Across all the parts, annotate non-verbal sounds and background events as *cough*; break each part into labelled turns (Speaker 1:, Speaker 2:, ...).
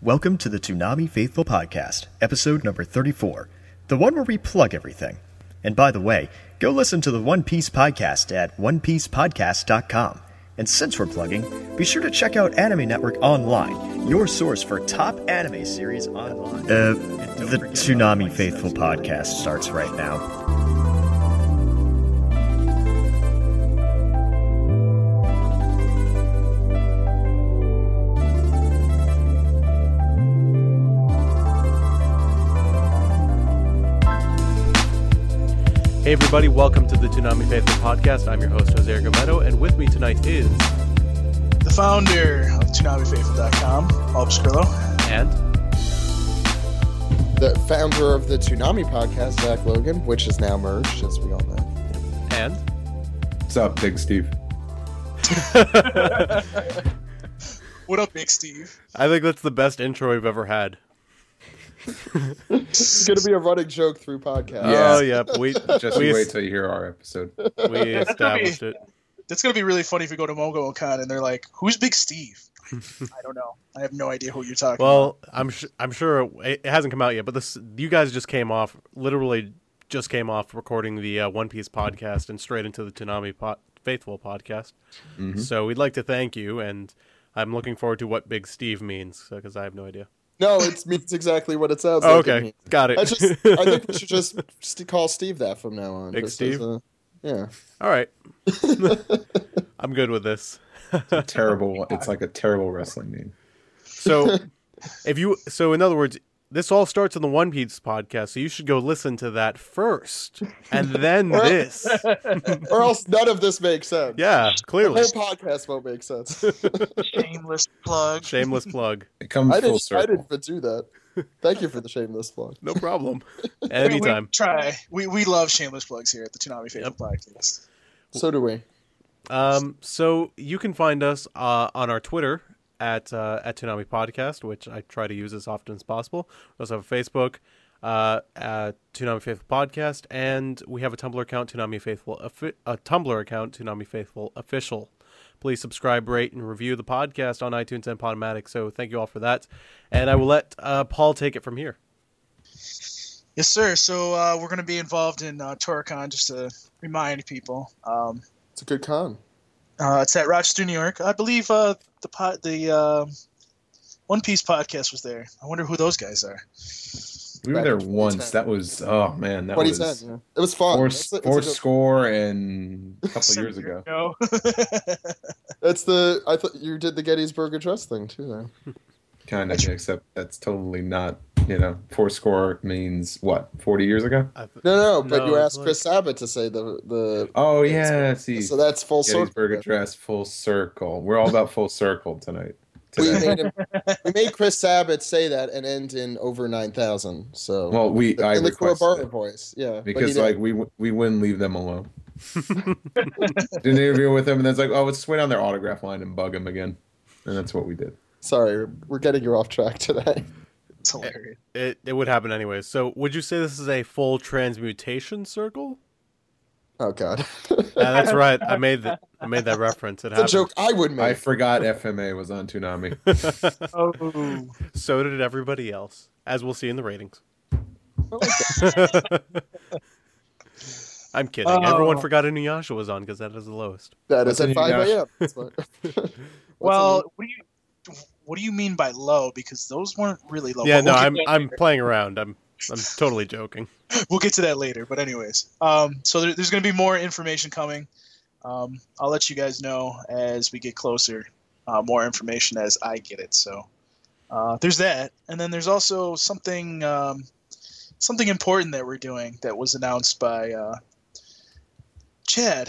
Speaker 1: Welcome to the Toonami Faithful Podcast, episode number 34, the one where we plug everything. And by the way, go listen to the One Piece Podcast at onepiecepodcast.com. And since we're plugging, be sure to check out Anime Network Online, your source for top anime series online. Uh, the Toonami Faithful Podcast starts right now.
Speaker 2: Hey everybody, welcome to the Toonami Faithful Podcast. I'm your host, Jose Gometo, and with me tonight is
Speaker 3: the founder of TsunamiFaithful.com, Bob Skrillo.
Speaker 2: and
Speaker 4: the founder of the Toonami podcast, Zach Logan, which is now merged, as we all know.
Speaker 2: and
Speaker 5: What's up, Big Steve?
Speaker 3: What up, Big Steve?
Speaker 2: I think that's the best intro we've ever had.
Speaker 4: It's going to be a running joke through podcast.
Speaker 5: Yeah.
Speaker 2: Oh yep,
Speaker 4: *laughs*
Speaker 2: we
Speaker 5: Just
Speaker 2: we,
Speaker 5: wait till you hear our episode.
Speaker 2: we established it.
Speaker 3: That's gonna be really funny if we go to MongoCon and they're like, "Who's Big
Speaker 5: *laughs*
Speaker 3: Steve?" I don't know. I have no idea who you're talking.
Speaker 2: Well, I'm sh- I'm sure it, it hasn't come out yet, but this you guys just came off literally just came off recording the uh, One Piece podcast and straight into the Toonami po- Faithful podcast.
Speaker 4: Mm-hmm.
Speaker 2: So we'd like to thank you, and I'm looking forward to what Big Steve means because I have no idea.
Speaker 4: No, it means exactly what it sounds like.
Speaker 2: Oh,
Speaker 4: it
Speaker 2: okay,
Speaker 4: means.
Speaker 2: got it. *laughs*
Speaker 4: I just, I think we should just st- call Steve that from now on.
Speaker 2: Big
Speaker 4: just as
Speaker 2: Steve?
Speaker 4: a- yeah.
Speaker 2: All right. I'm good with this.
Speaker 5: terrible. It's like a terrible wrestling name.
Speaker 2: So, if you, so in other words, this all starts on the One Piece podcast, so you should go listen to that first and then
Speaker 4: Well-
Speaker 2: this.
Speaker 4: Or else none of this makes sense.
Speaker 2: Yeah,
Speaker 4: The
Speaker 2: clearly.
Speaker 4: whole podcast won't make
Speaker 5: *laughs*
Speaker 4: sense.
Speaker 3: about. Shameless plug.
Speaker 2: Shameless plug.
Speaker 5: It comes
Speaker 4: I
Speaker 5: full
Speaker 4: didn't, I
Speaker 5: circle.
Speaker 4: didn't even do that. Thank you for the shameless plug.
Speaker 2: No problem.
Speaker 3: We- we
Speaker 2: Anytime.
Speaker 3: try. We we love shameless plugs here at the Tsunami Faithful Podcast.
Speaker 4: So do we.
Speaker 2: Um, so you can find us uh, on our Twitter at uh, at Toonami Podcast, which I try to use as often as possible. We also have a Facebook, uh, at Toonami Faithful Podcast, and we have a Tumblr account, Toonami Faithful, offi- a Tumblr account, Toonami Faithful Official. Please subscribe, rate, and review the podcast on iTunes and Podomatic. So thank you all for that, and I will let uh, Paul take it from here.
Speaker 3: Yes, sir. So uh, we're gonna be involved in uh, Toricon, just to remind people. Um,
Speaker 4: It's a good con.
Speaker 3: Uh, it's at Rochester, New York. I believe uh, the pot, the um One Piece podcast was there. I wonder who those guys are.
Speaker 5: We were there once. That was oh man, that was
Speaker 4: 2010. yeah. It was fun.
Speaker 5: four,
Speaker 4: It's a- it's a
Speaker 5: four
Speaker 4: good-
Speaker 5: score and a couple years ago.
Speaker 3: No.
Speaker 4: That's the I thought you did the Gettysburg Address thing too. Then
Speaker 5: Kind of, except that's totally not. You know, four score means what? Forty years ago?
Speaker 2: I th- *laughs*
Speaker 4: no, no, but
Speaker 2: No,
Speaker 4: you
Speaker 2: it's
Speaker 4: asked
Speaker 2: like-
Speaker 4: Chris Abbott to say the the.
Speaker 5: Oh yeah, see.
Speaker 4: So that's full
Speaker 5: Gettysburg
Speaker 4: circle.
Speaker 5: Address, full circle. We're all about full circle tonight.
Speaker 4: We
Speaker 2: *laughs*
Speaker 5: Today.
Speaker 4: made him, we made Chris Abbott say that and end in over nine thousand. So
Speaker 5: well, we I
Speaker 4: in the
Speaker 5: requested.
Speaker 4: Kuwabara voice, yeah, but he
Speaker 5: because
Speaker 4: didn't.
Speaker 5: like we we wouldn't leave them alone. Did an interview with them, and it's like, oh, let's wait on their autograph line and bug them again, and that's what we did.
Speaker 4: sorry, we're getting you off track today.
Speaker 3: *laughs*
Speaker 4: *laughs*
Speaker 3: It's hilarious.
Speaker 2: it it would happen anyway. So would you say this is a full transmutation circle?
Speaker 4: Oh God, *laughs*
Speaker 2: Yeah, Uh, that's right. I made that. I made that reference. It
Speaker 4: the
Speaker 2: happened.
Speaker 4: joke I would
Speaker 5: I
Speaker 4: make.
Speaker 5: forgot FMA was on Toonami.
Speaker 3: Oh.
Speaker 2: So did everybody else, as we'll see in the
Speaker 3: *laughs*
Speaker 2: ratings. I'm kidding. Everyone
Speaker 3: Oh.
Speaker 2: forgot Inuyasha was on because that is the lowest.
Speaker 4: that is
Speaker 5: What's in
Speaker 4: at
Speaker 5: your
Speaker 4: five
Speaker 5: gosh?
Speaker 4: a.m. That's what- what's
Speaker 3: Well, what do you what do you mean by low? Because those weren't really low.
Speaker 2: yeah,
Speaker 3: but
Speaker 2: no,
Speaker 3: we'll get
Speaker 2: I'm
Speaker 3: to that
Speaker 2: I'm
Speaker 3: later.
Speaker 2: playing around. I'm I'm totally joking.
Speaker 3: We'll get to that later. But anyways, um, so there, there's going to be more information coming. Um, I'll let you guys know as we get closer. Uh, more information as I get it. So uh, there's that, and then there's also something um, something important that we're doing that was announced by uh, Chad,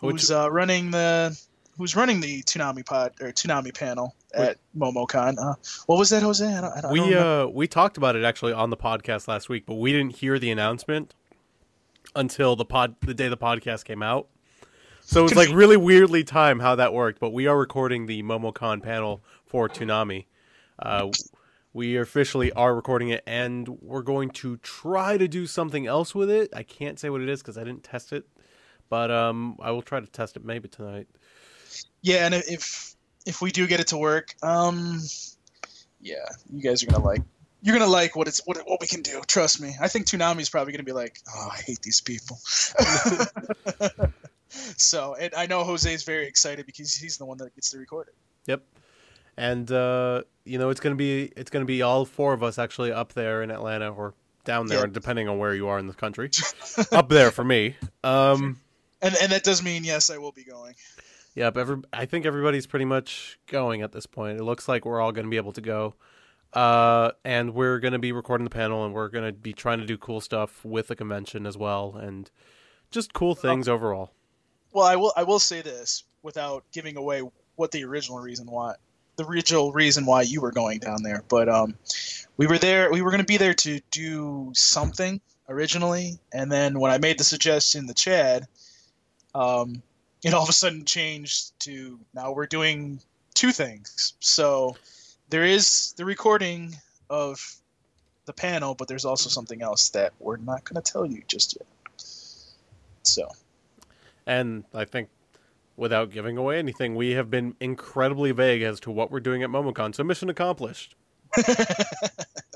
Speaker 2: Which-
Speaker 3: who's uh, running the who's running the Toonami pod or Toonami panel at MomoCon. Uh, what was that, Jose? I don't, I don't
Speaker 2: We
Speaker 3: remember.
Speaker 2: uh we talked about it actually on the podcast last week, but we didn't hear the announcement until the pod the day the podcast came out. So it's
Speaker 3: *laughs*
Speaker 2: like really weirdly timed how that worked, but we are recording the MomoCon panel for Toonami. Uh, we officially are recording it, and we're going to try to do something else with it. I can't say what it is because I didn't test it, but um, I will try to test it maybe tonight.
Speaker 3: Yeah, and if if we do get it to work, um, yeah, you guys are gonna like. You're gonna like what it's what what we can do. Trust me. I think Toonami's probably gonna be like, oh, I hate
Speaker 2: *laughs*
Speaker 3: these people. *laughs* so, and I know Jose's very excited because he's the one that gets to record it.
Speaker 2: Yep. And uh, you know, it's gonna be it's gonna be all four of us actually up there in Atlanta or down there,
Speaker 3: Yeah.
Speaker 2: depending on where you are in the country. up there for me. Um,
Speaker 3: And and that does mean yes, I will be going.
Speaker 2: yep. Every I think everybody's pretty much going at this point. It looks like we're all gonna be able to go. Uh, and we're gonna be recording the panel, and we're gonna be trying to do cool stuff with the convention as well, and just cool things overall.
Speaker 3: Well, I will. I will say this without giving away what the original reason why, the original reason why you were going down there. But um, we were there. We were going to be there to do something originally, and then when I made the suggestion, in the Chad, um, it all of a sudden changed to now we're doing two things. So there is the recording of the panel, but there's also something else that we're not going to tell you just yet. So.
Speaker 2: And I think, without giving away anything, we have been incredibly vague as to what we're doing at MomoCon. So mission accomplished.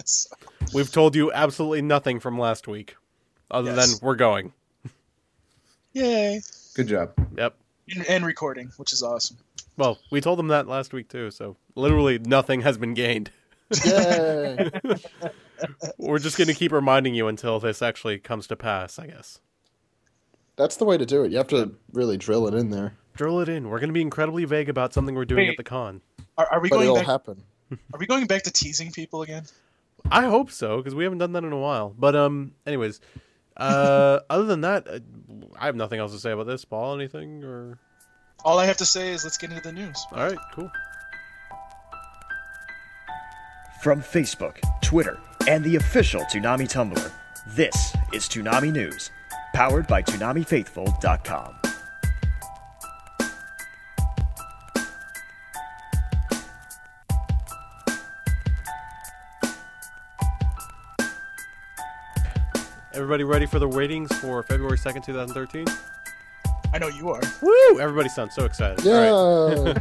Speaker 3: so
Speaker 2: We've told you absolutely nothing from last week, other
Speaker 3: Yes.
Speaker 2: than we're going.
Speaker 3: Yay.
Speaker 5: Good job.
Speaker 2: Yep.
Speaker 3: And, and recording, which is awesome.
Speaker 2: Well, we told them that last week too. So literally nothing has been gained.
Speaker 4: Yay!
Speaker 5: *laughs*
Speaker 2: We're just going to keep reminding you until this actually comes to pass, I guess.
Speaker 4: That's the way to do it. You have to really drill it in there,
Speaker 2: Drill it in. We're going to be incredibly vague about something we're doing
Speaker 3: Wait.
Speaker 2: at the con.
Speaker 3: Are, are we
Speaker 4: but
Speaker 3: going
Speaker 4: it'll
Speaker 3: back?
Speaker 4: happen.
Speaker 3: are we going back to teasing people again?
Speaker 2: I hope so because we haven't done that in a while. But um, anyways, *laughs* uh, other than that, uh, I have nothing else to say about this. Paul, anything or?
Speaker 3: All I have to say is let's get into the news.
Speaker 2: All right, cool.
Speaker 1: From Facebook, Twitter, and the official Toonami Tumblr, this is Toonami News, powered by ToonamiFaithful.com.
Speaker 2: Everybody ready for the ratings for February 2nd, 2013?
Speaker 3: I know you are.
Speaker 2: Woo! Everybody sounds so excited.
Speaker 4: Yeah.
Speaker 2: All right.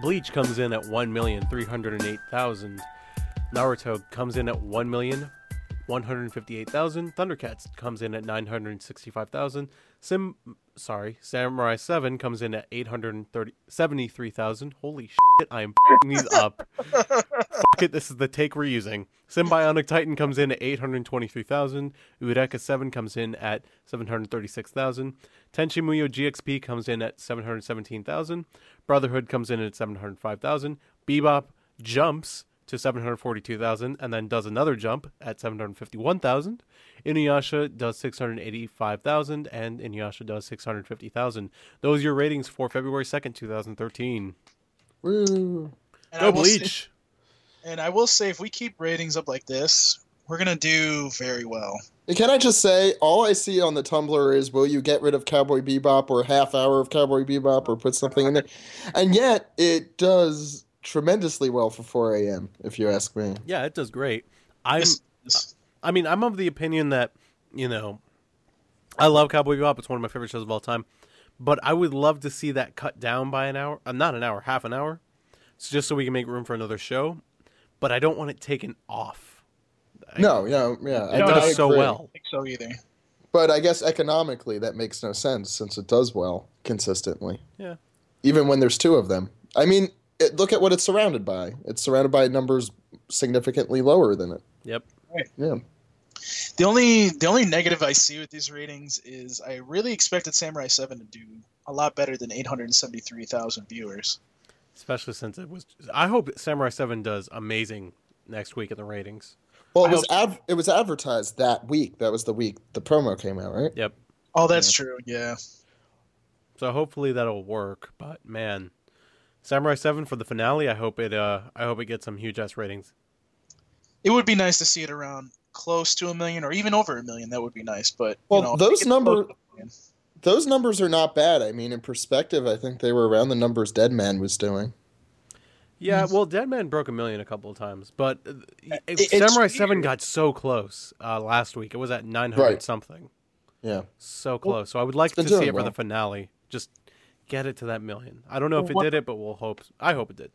Speaker 2: Bleach comes in at 1,308,000. Naruto comes in at 1,158,000. Thundercats comes in at 965,000. Sim sorry, Samurai 7 comes in at 873,000. Holy shit, I am f***ing these up. Fuck it, this is the take we're using. Symbionic Titan comes in at 823,000. Ureka 7 comes in at 736,000. Tenchi Muyo GXP comes in at 717,000. Brotherhood comes in at 705,000. Bebop jumps to 742,000 and then does another jump at 751,000. Inuyasha does 685,000 and Inuyasha does 650,000. Those are your ratings for February 2nd, 2013.
Speaker 4: Woo.
Speaker 3: And I
Speaker 2: Go
Speaker 3: will Say,
Speaker 2: Bleach.
Speaker 3: and I will say, if we keep ratings up like this, we're gonna do very well.
Speaker 4: And Can I just say, all I see on the Tumblr is, will you get rid of Cowboy Bebop or half hour of Cowboy Bebop or put something in there? And yet, it does tremendously well for 4 a.m., if you ask me.
Speaker 2: Yeah, it does great. I'm
Speaker 3: This- this-
Speaker 2: I mean, I'm of the opinion that, you know, I love Cowboy Bebop. It's one of my favorite shows of all time. But I would love to see that cut down by an hour. Uh, not an hour, half an hour. So just so we can make room for another show. But I don't want it taken off. I-
Speaker 4: No, yeah, yeah.
Speaker 2: It
Speaker 4: I- I
Speaker 2: does so
Speaker 4: agree.
Speaker 2: well.
Speaker 3: I think so either.
Speaker 4: But I guess economically, that makes no sense since it does well consistently.
Speaker 2: Yeah.
Speaker 4: Even when there's two of them. I mean, it, look at what it's surrounded by. It's surrounded by numbers significantly lower than it.
Speaker 2: Yep.
Speaker 4: Yeah.
Speaker 3: The only the only negative I see with these ratings is I really expected Samurai Seven to do a lot better than 873,000 viewers.
Speaker 2: Especially since it was. I hope Samurai 7 does amazing next week in the ratings.
Speaker 4: Well, it
Speaker 3: I
Speaker 4: was
Speaker 3: hope
Speaker 4: ad- it was advertised that week. That was the week the promo came out, right?
Speaker 2: Yep.
Speaker 3: Oh, that's true. Yeah.
Speaker 2: So hopefully that'll work. But man, Samurai 7 for the finale, I hope it uh I hope it gets some huge ass ratings.
Speaker 3: It would be nice to see it around close to a million or even over a million. That would be nice. But
Speaker 4: Well,
Speaker 3: you know,
Speaker 4: those
Speaker 3: it's
Speaker 4: number-
Speaker 3: close to a million.
Speaker 4: Those numbers are not bad. I mean, in perspective, I think they were around the numbers Dead Man was doing.
Speaker 2: Yeah, well, Dead Man broke a million a couple of times, but uh,
Speaker 3: it- it's
Speaker 2: Samurai Seven
Speaker 3: weird.
Speaker 2: got so close uh, last week. It was at nine hundred
Speaker 4: Right.
Speaker 2: something,
Speaker 4: Yeah.
Speaker 2: so close. so I would like
Speaker 4: it's
Speaker 2: to
Speaker 4: been
Speaker 2: see
Speaker 4: doing
Speaker 2: it for the
Speaker 4: well.
Speaker 2: finale. Just get it to that million. I don't know if
Speaker 3: Well,
Speaker 2: it
Speaker 3: what-
Speaker 2: did it, but we'll hope. I hope it did.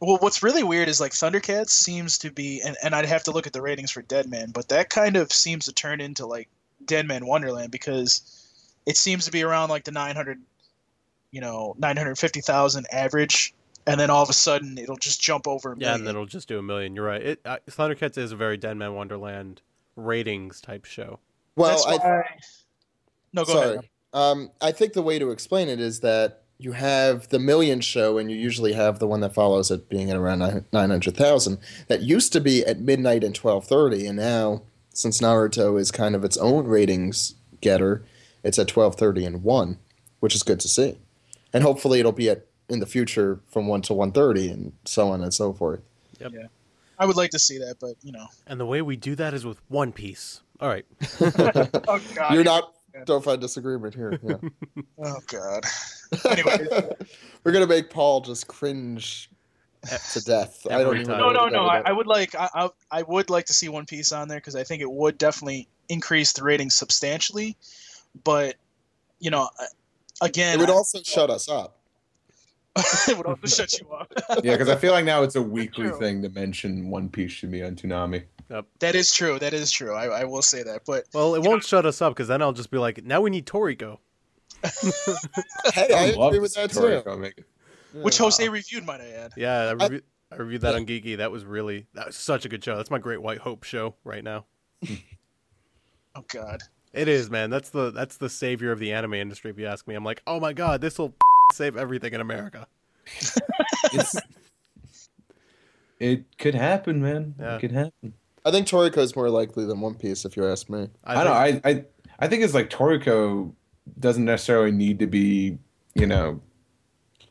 Speaker 3: Well, what's really weird is like Thundercats seems to be, and, and I'd have to look at the ratings for Deadman, but that kind of seems to turn into like Deadman Wonderland because it seems to be around like the 900, you know, 950,000 average, and then all of a sudden it'll just jump
Speaker 2: Yeah,
Speaker 3: over. a
Speaker 2: and
Speaker 3: million.
Speaker 2: then it'll just do a million. You're right. It uh, Thundercats is a very Dead Man Wonderland ratings type show.
Speaker 4: Well,
Speaker 3: That's
Speaker 4: I,
Speaker 3: why- no, go
Speaker 4: sorry.
Speaker 3: ahead.
Speaker 4: Um, I think the way to explain it is that you have the million show, and you usually have the one that follows it being at around nine hundred thousand. That used to be at midnight and twelve thirty, and now since Naruto is kind of its own ratings getter, it's at twelve thirty and one, which is good to see, and hopefully it'll be at in the future from one to one thirty, and so on and so forth.
Speaker 3: I would like to see that, but you know,
Speaker 2: And the way we do that is with One Piece. All right.
Speaker 3: oh god,
Speaker 4: You're not. Don't find disagreement here.
Speaker 3: *laughs*
Speaker 4: Yeah.
Speaker 3: Oh god. Anyway,
Speaker 4: *laughs* We're gonna make Paul just cringe to death. I don't
Speaker 2: Every
Speaker 4: even
Speaker 2: time.
Speaker 4: know
Speaker 3: no, no, no.
Speaker 4: what that
Speaker 3: I, I would like, I, I, I would like to see One Piece on there because I think it would definitely increase the ratings substantially. But you know, I- again,
Speaker 4: It would
Speaker 3: I-
Speaker 4: also shut us up.
Speaker 3: *laughs* it would also shut you up.
Speaker 5: Yeah, because I feel like now it's a weekly
Speaker 3: True.
Speaker 5: thing to mention One Piece should be on Toonami.
Speaker 3: That is true. That is true. I, I will say that. But
Speaker 2: Well, it won't shut us up because then I'll just be like, now we need Toriko.
Speaker 4: Hey, I, agree with that too.
Speaker 3: which
Speaker 4: Yeah.
Speaker 3: Jose reviewed, might I add?
Speaker 2: Yeah, I,
Speaker 4: I-
Speaker 2: reviewed I reviewed that on Geeky. That was really that was such a good show. That's my Great White Hope show right now.
Speaker 3: Oh god.
Speaker 2: It is, man. That's the that's the savior of the anime industry. If you ask me, I'm like, oh my god, this will save everything in America.
Speaker 4: *laughs*
Speaker 5: It's, it could happen, man.
Speaker 2: Yeah.
Speaker 5: It could happen.
Speaker 4: I think Toriko is more likely than One Piece, if you ask me.
Speaker 5: I, don't know. I, I I think it's like Toriko doesn't necessarily need to be, you know,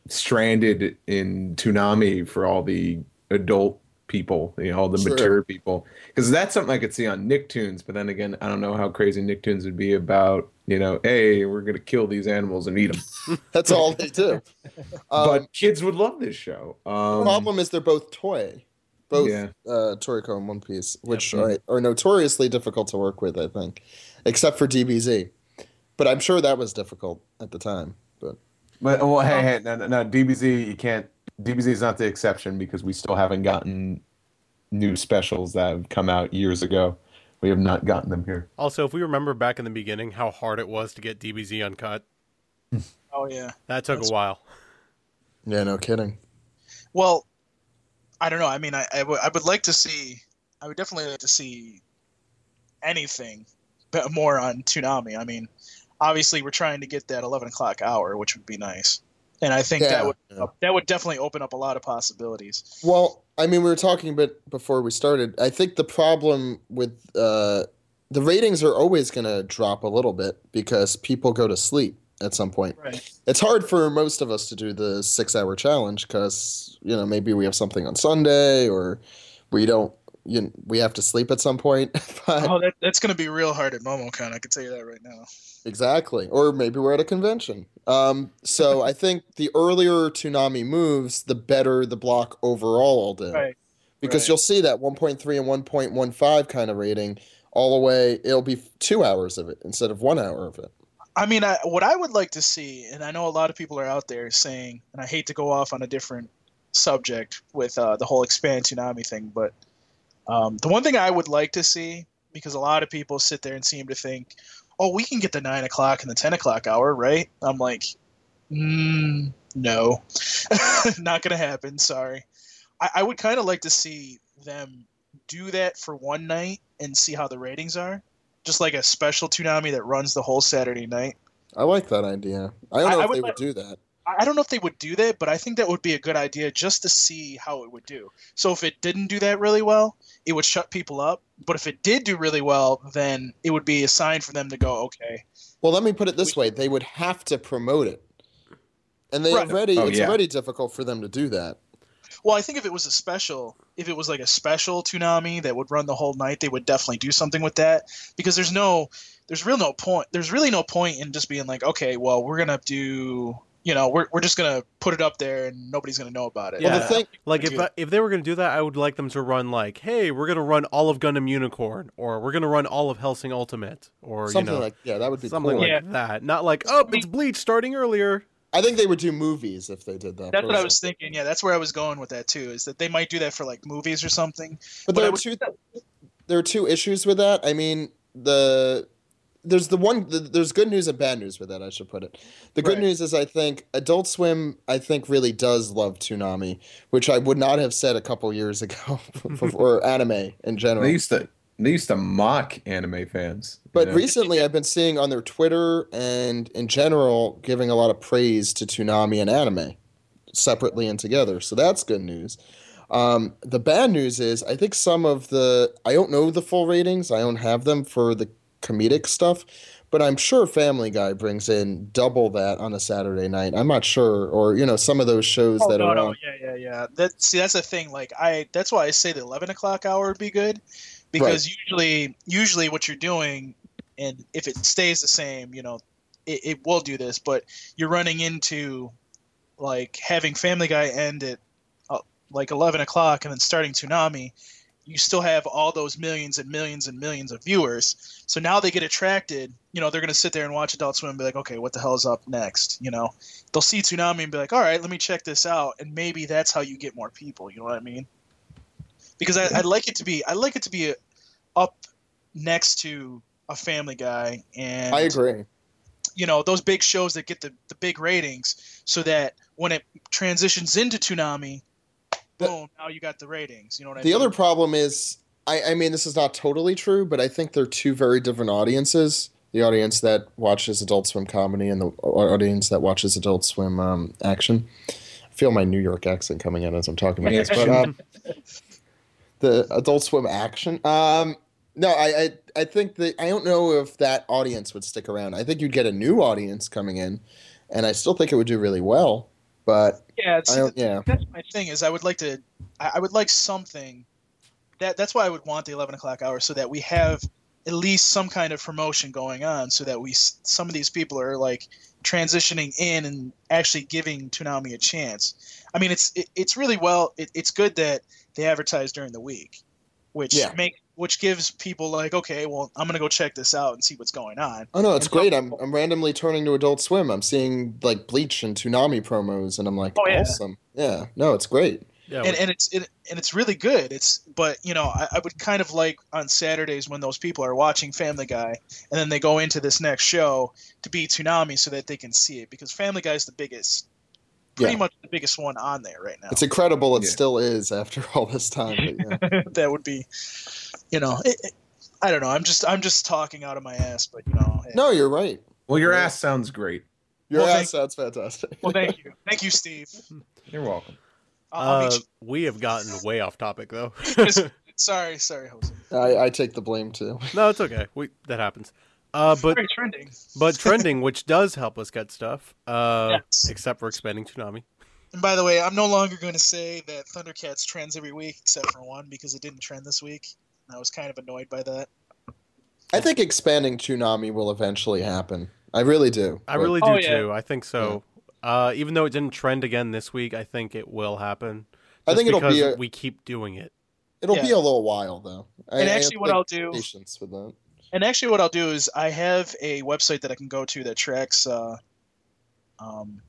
Speaker 5: stranded in Toonami for all the adult people, you know, all the
Speaker 4: Sure.
Speaker 5: mature people. Because that's something I could see on Nicktoons, but then again, I don't know how crazy Nicktoons would be about, you know, hey, we're gonna kill these animals and eat them.
Speaker 4: That's all they
Speaker 3: *laughs*
Speaker 4: do. Um,
Speaker 5: but kids would love this show.
Speaker 4: the
Speaker 5: Um,
Speaker 4: problem is they're both toy, both
Speaker 5: Yeah.
Speaker 4: uh, Toriko and One Piece, which
Speaker 5: Yep.
Speaker 4: are, are notoriously difficult to work with. I think, except for DBZ, but I'm sure that was difficult at the time. But
Speaker 5: But oh, well, hey, hey, no, no, no, DBZ, you can't. DBZ is not the exception because we still haven't gotten new specials that have come out years ago. We have not gotten them here.
Speaker 2: Also, if we remember back in the beginning how hard it was to get DBZ uncut,
Speaker 3: Oh yeah.
Speaker 2: that took
Speaker 3: That's-
Speaker 2: a while.
Speaker 4: yeah, no kidding.
Speaker 3: Well, I don't know. I mean, I, I, w- I would like to see. I would definitely like to see anything but more on Toonami. I mean, obviously, we're trying to get that eleven o'clock hour, which would be nice, and I think
Speaker 4: Yeah,
Speaker 3: that would
Speaker 4: yeah.
Speaker 3: that would definitely open up a lot of possibilities.
Speaker 4: Well, I mean, we were talking a bit before we started. I think the problem with uh, the ratings are always going to drop a little bit because people go to sleep at some point.
Speaker 3: Right.
Speaker 4: It's hard for most of us to do the six hour challenge because, you know, maybe we have something on Sunday or we don't, you, we have to sleep at some point. *laughs* but,
Speaker 3: Oh, that, that's going to be real hard at MomoCon. I can tell you that right now.
Speaker 4: Exactly. Or maybe we're at a convention. Um,
Speaker 3: *laughs*
Speaker 4: so I think the earlier Toonami moves, the better the block overall will do.
Speaker 3: Right,
Speaker 4: Because
Speaker 3: right.
Speaker 4: you'll see that 1.3 and 1.15 kind of rating all the way, it'll be two hours of it instead of one hour of it.
Speaker 3: I mean, I, what I would like to see, and I know a lot of people are out there saying, and I hate to go off on a different subject with uh, the whole expand tsunami thing, but um, the one thing I would like to see, because a lot of people sit there and seem to think, oh, we can get the 9 o'clock and the 10 o'clock hour, right? I'm like, mm, no, *laughs* not going to happen, sorry. I, I would kind of like to see them do that for one night and see how the ratings are. Just like a special tsunami that runs the whole Saturday night.
Speaker 4: I like that idea. I don't
Speaker 3: I-
Speaker 4: know
Speaker 3: I
Speaker 4: if
Speaker 3: would
Speaker 4: they
Speaker 3: let-
Speaker 4: would do that.
Speaker 3: I I don't know if they would do that, but I think that would be a good idea just to see how it would do. So if it didn't do that really well, it would shut people up. But if it did do really well, then it would be a sign for them to go, okay.
Speaker 4: Well, let me put it this way they would have to promote it. And they
Speaker 3: Right.
Speaker 4: already,
Speaker 5: Oh,
Speaker 4: it's
Speaker 5: yeah.
Speaker 4: already difficult for them to do that.
Speaker 3: Well, I think if it was a special, if it was like a special tsunami that would run the whole night, they would definitely do something with that because there's no, there's real no point. There's really no point in just being like, okay, well, we're gonna do, you know, we're we're just gonna put it up there and nobody's gonna know about it.
Speaker 4: Well,
Speaker 2: Yeah.
Speaker 4: the thing,
Speaker 2: Like
Speaker 3: They
Speaker 2: if
Speaker 3: do.
Speaker 2: I, if they were gonna do that, I would like them to run like, hey, we're gonna run all of Gundam Unicorn, or we're gonna run all of Helsing Ultimate, or
Speaker 4: something
Speaker 2: you know,
Speaker 4: like, yeah, that would be
Speaker 2: something
Speaker 4: cool.
Speaker 2: like
Speaker 3: Yeah.
Speaker 2: that. Not like, oh, it's Bleach starting earlier.
Speaker 4: I think they would do movies if they did that.
Speaker 3: That's what I
Speaker 4: personally.
Speaker 3: was thinking. Yeah, that's where I was going with that too. Is that they might do that for like movies or something? But
Speaker 4: But there
Speaker 3: I
Speaker 4: are
Speaker 3: would-
Speaker 4: two. There are two issues with that. I mean, the there's the one. The, there's good news and bad news with that. I should put it. The good
Speaker 3: Right.
Speaker 4: news is I think Adult Swim. I think really does love Toonami, which I would not have said a couple years ago, *laughs* or anime in general.
Speaker 5: They used to they used to mock anime fans. you
Speaker 4: But
Speaker 5: know?
Speaker 4: recently, I've been seeing on their Twitter and in general giving a lot of praise to Toonami and anime separately and together. So that's good news. Um, the bad news is, I think some of the I don't know the full ratings. I don't have them for the comedic stuff, but I'm sure Family Guy brings in double that on a Saturday night. I'm not sure, or you know, some of those shows that
Speaker 3: Oh, no,
Speaker 4: are
Speaker 3: no,
Speaker 4: on.
Speaker 3: yeah, yeah, yeah. That see, that's the thing. Like I, that's why I say the eleven o'clock hour would be good, because usually, usually what you're doing, and if it stays the same, you know, it, it will do this. But you're running into, like, having Family Guy end at uh, like eleven o'clock and then starting Tsunami. You still have all those millions and millions and millions of viewers. So now they get attracted. You know, they're going to sit there and watch Adult Swim and be like, okay, what the hell's up next? You know, they'll see tsunami and be like, all right, let me check this out, and maybe that's how you get more people. You know what I mean? Because I, I'd like it to be, I like it to be up next to a Family Guy and
Speaker 4: I agree.
Speaker 3: you know those big shows that get the, the big ratings, so that when it transitions into tsunami,
Speaker 4: The-
Speaker 3: boom, now you got the ratings. You know what I
Speaker 4: The
Speaker 3: mean?
Speaker 4: other problem is, I, I mean, this is not totally true, but I think they're two very different audiences. The audience that watches Adult Swim comedy and the au- audience that watches Adult Swim um, action. I feel my New York accent coming out as I'm talking about this, but um, the Adult Swim action. Um, no, I, I I think that I don't know if that audience would stick around. I think you'd get a new audience coming in, and I still think it would do really well. But
Speaker 3: yeah, it's,
Speaker 4: I don't. Yeah,
Speaker 3: that's my thing is I would like to I, I would like something that that's why I would want the eleven o'clock hour so that we have at least some kind of promotion going on so that we s- some of these people are like transitioning in and actually giving Toonami a chance. I mean it's it, it's really well it, it's good that they advertise during the week, which
Speaker 4: Yeah.
Speaker 3: make which gives people like okay well I'm gonna go check this out and see what's going on.
Speaker 4: Oh no, it's
Speaker 3: And
Speaker 4: great. I'm I'm randomly turning to Adult Swim. I'm seeing like Bleach and Toonami promos, and I'm like,
Speaker 3: Oh, yeah.
Speaker 4: awesome. Yeah, no, it's great.
Speaker 2: Yeah,
Speaker 3: and, and it's it, and it's really good. It's but you know I, I would kind of like on Saturdays when those people are watching Family Guy and then they go into this next show to be Tsunami so that they can see it because Family Guy is the biggest, pretty
Speaker 4: Yeah.
Speaker 3: much the biggest one on there right now.
Speaker 4: It's incredible. It
Speaker 5: Yeah.
Speaker 4: still is after *laughs* all this time.
Speaker 3: *laughs*
Speaker 4: But yeah.
Speaker 3: that would be, you know, it, it- I don't know. I'm just I'm just talking out of my ass, but you know. hey.
Speaker 4: no, you're right.
Speaker 5: well, your ass sounds great.
Speaker 4: Your
Speaker 3: Well,
Speaker 4: ass
Speaker 3: thank-
Speaker 4: sounds fantastic.
Speaker 3: Well, thank you, thank you, Steve.
Speaker 5: You're welcome.
Speaker 3: I'll, I'll
Speaker 2: uh,
Speaker 3: meet you.
Speaker 2: we have gotten way off topic though. *laughs*
Speaker 4: Uh,
Speaker 3: *laughs* Sorry, sorry, Jose.
Speaker 4: I, I take the blame too.
Speaker 2: no, it's okay. We that happens. Uh, but
Speaker 3: Very trending.
Speaker 2: but trending, which does help us get stuff, uh,
Speaker 3: Yes.
Speaker 2: except for expanding tsunami.
Speaker 3: And by the way, I'm no longer going to say that Thundercats trends every week, except for one because it didn't trend this week. And I was kind of annoyed by that.
Speaker 4: I think expanding Toonami will eventually happen. I really do.
Speaker 2: I
Speaker 4: But
Speaker 2: really do
Speaker 3: Oh, yeah.
Speaker 2: too. I think so. Uh, even though it didn't trend again this week, I think it will happen.
Speaker 4: I
Speaker 2: Just
Speaker 4: think it'll
Speaker 2: because
Speaker 4: be a,
Speaker 2: we keep doing it.
Speaker 4: it'll be
Speaker 3: yeah.
Speaker 4: a little while though. I,
Speaker 3: And
Speaker 4: I
Speaker 3: actually,
Speaker 4: have,
Speaker 3: what
Speaker 4: like,
Speaker 3: I'll do,
Speaker 4: patience with that.
Speaker 3: and actually, what I'll do is I have a website that I can go to that tracks, uh, um,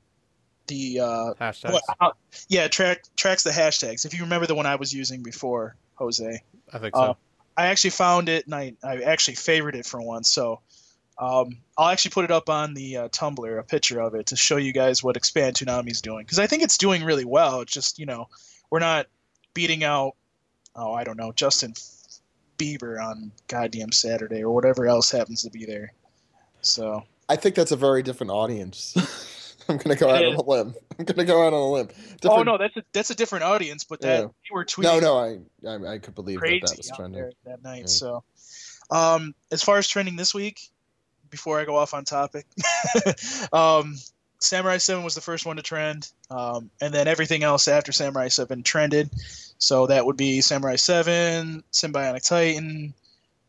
Speaker 3: the uh,
Speaker 2: Hashtags.
Speaker 3: what- how- yeah, track tracks the hashtags. If you remember the one I was using before, Jose,
Speaker 2: I think so.
Speaker 3: uh, I actually found it and I, I actually favored it for once. So um, I'll actually put it up on the uh, Tumblr, a picture of it, to show you guys what Expand Toonami is doing. Because I think it's doing really well. It's just, you know, we're not beating out, oh, I don't know, Justin Bieber on goddamn Saturday or whatever else happens to be there. So
Speaker 4: I think that's a very different audience. *laughs* I'm gonna go out
Speaker 3: It
Speaker 4: on a limb. I'm gonna go out on a limb.
Speaker 3: oh
Speaker 4: Different-
Speaker 3: no, that's a that's a different audience, but that
Speaker 4: Yeah.
Speaker 3: they were tweeting
Speaker 4: No, no, I, I I could believe
Speaker 3: crazy
Speaker 4: that that was
Speaker 3: out
Speaker 4: trending.
Speaker 3: there that night.
Speaker 4: Yeah.
Speaker 3: So, um, as far as trending this week, before I go off on topic, *laughs* um, Samurai Seven was the first one to trend, um, and then everything else after Samurai Seven trended. So that would be Samurai Seven, Symbionic Titan,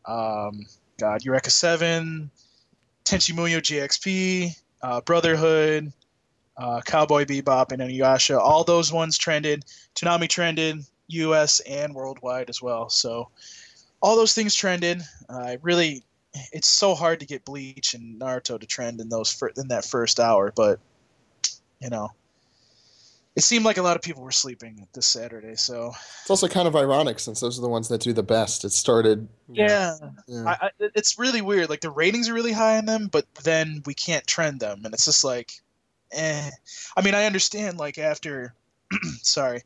Speaker 3: um, God, Eureka Seven, Tenchi Muyo GXP, uh, Brotherhood. Uh, Cowboy Bebop and Inuyasha, all those ones trended. Toonami trended, U.S. and worldwide as well. So all those things trended. I really, it's so hard to get Bleach and Naruto to trend in those fir- in that first hour, but you know, it seemed like a lot of people were sleeping this Saturday. So
Speaker 4: It's also kind of ironic since those are the ones that do the best. It started.
Speaker 3: yeah,
Speaker 4: Yeah.
Speaker 3: I, I, it's really weird. Like the ratings are really high on them, but then we can't trend them, and it's just like, eh. I mean, I understand. Like after, *clears throat* sorry,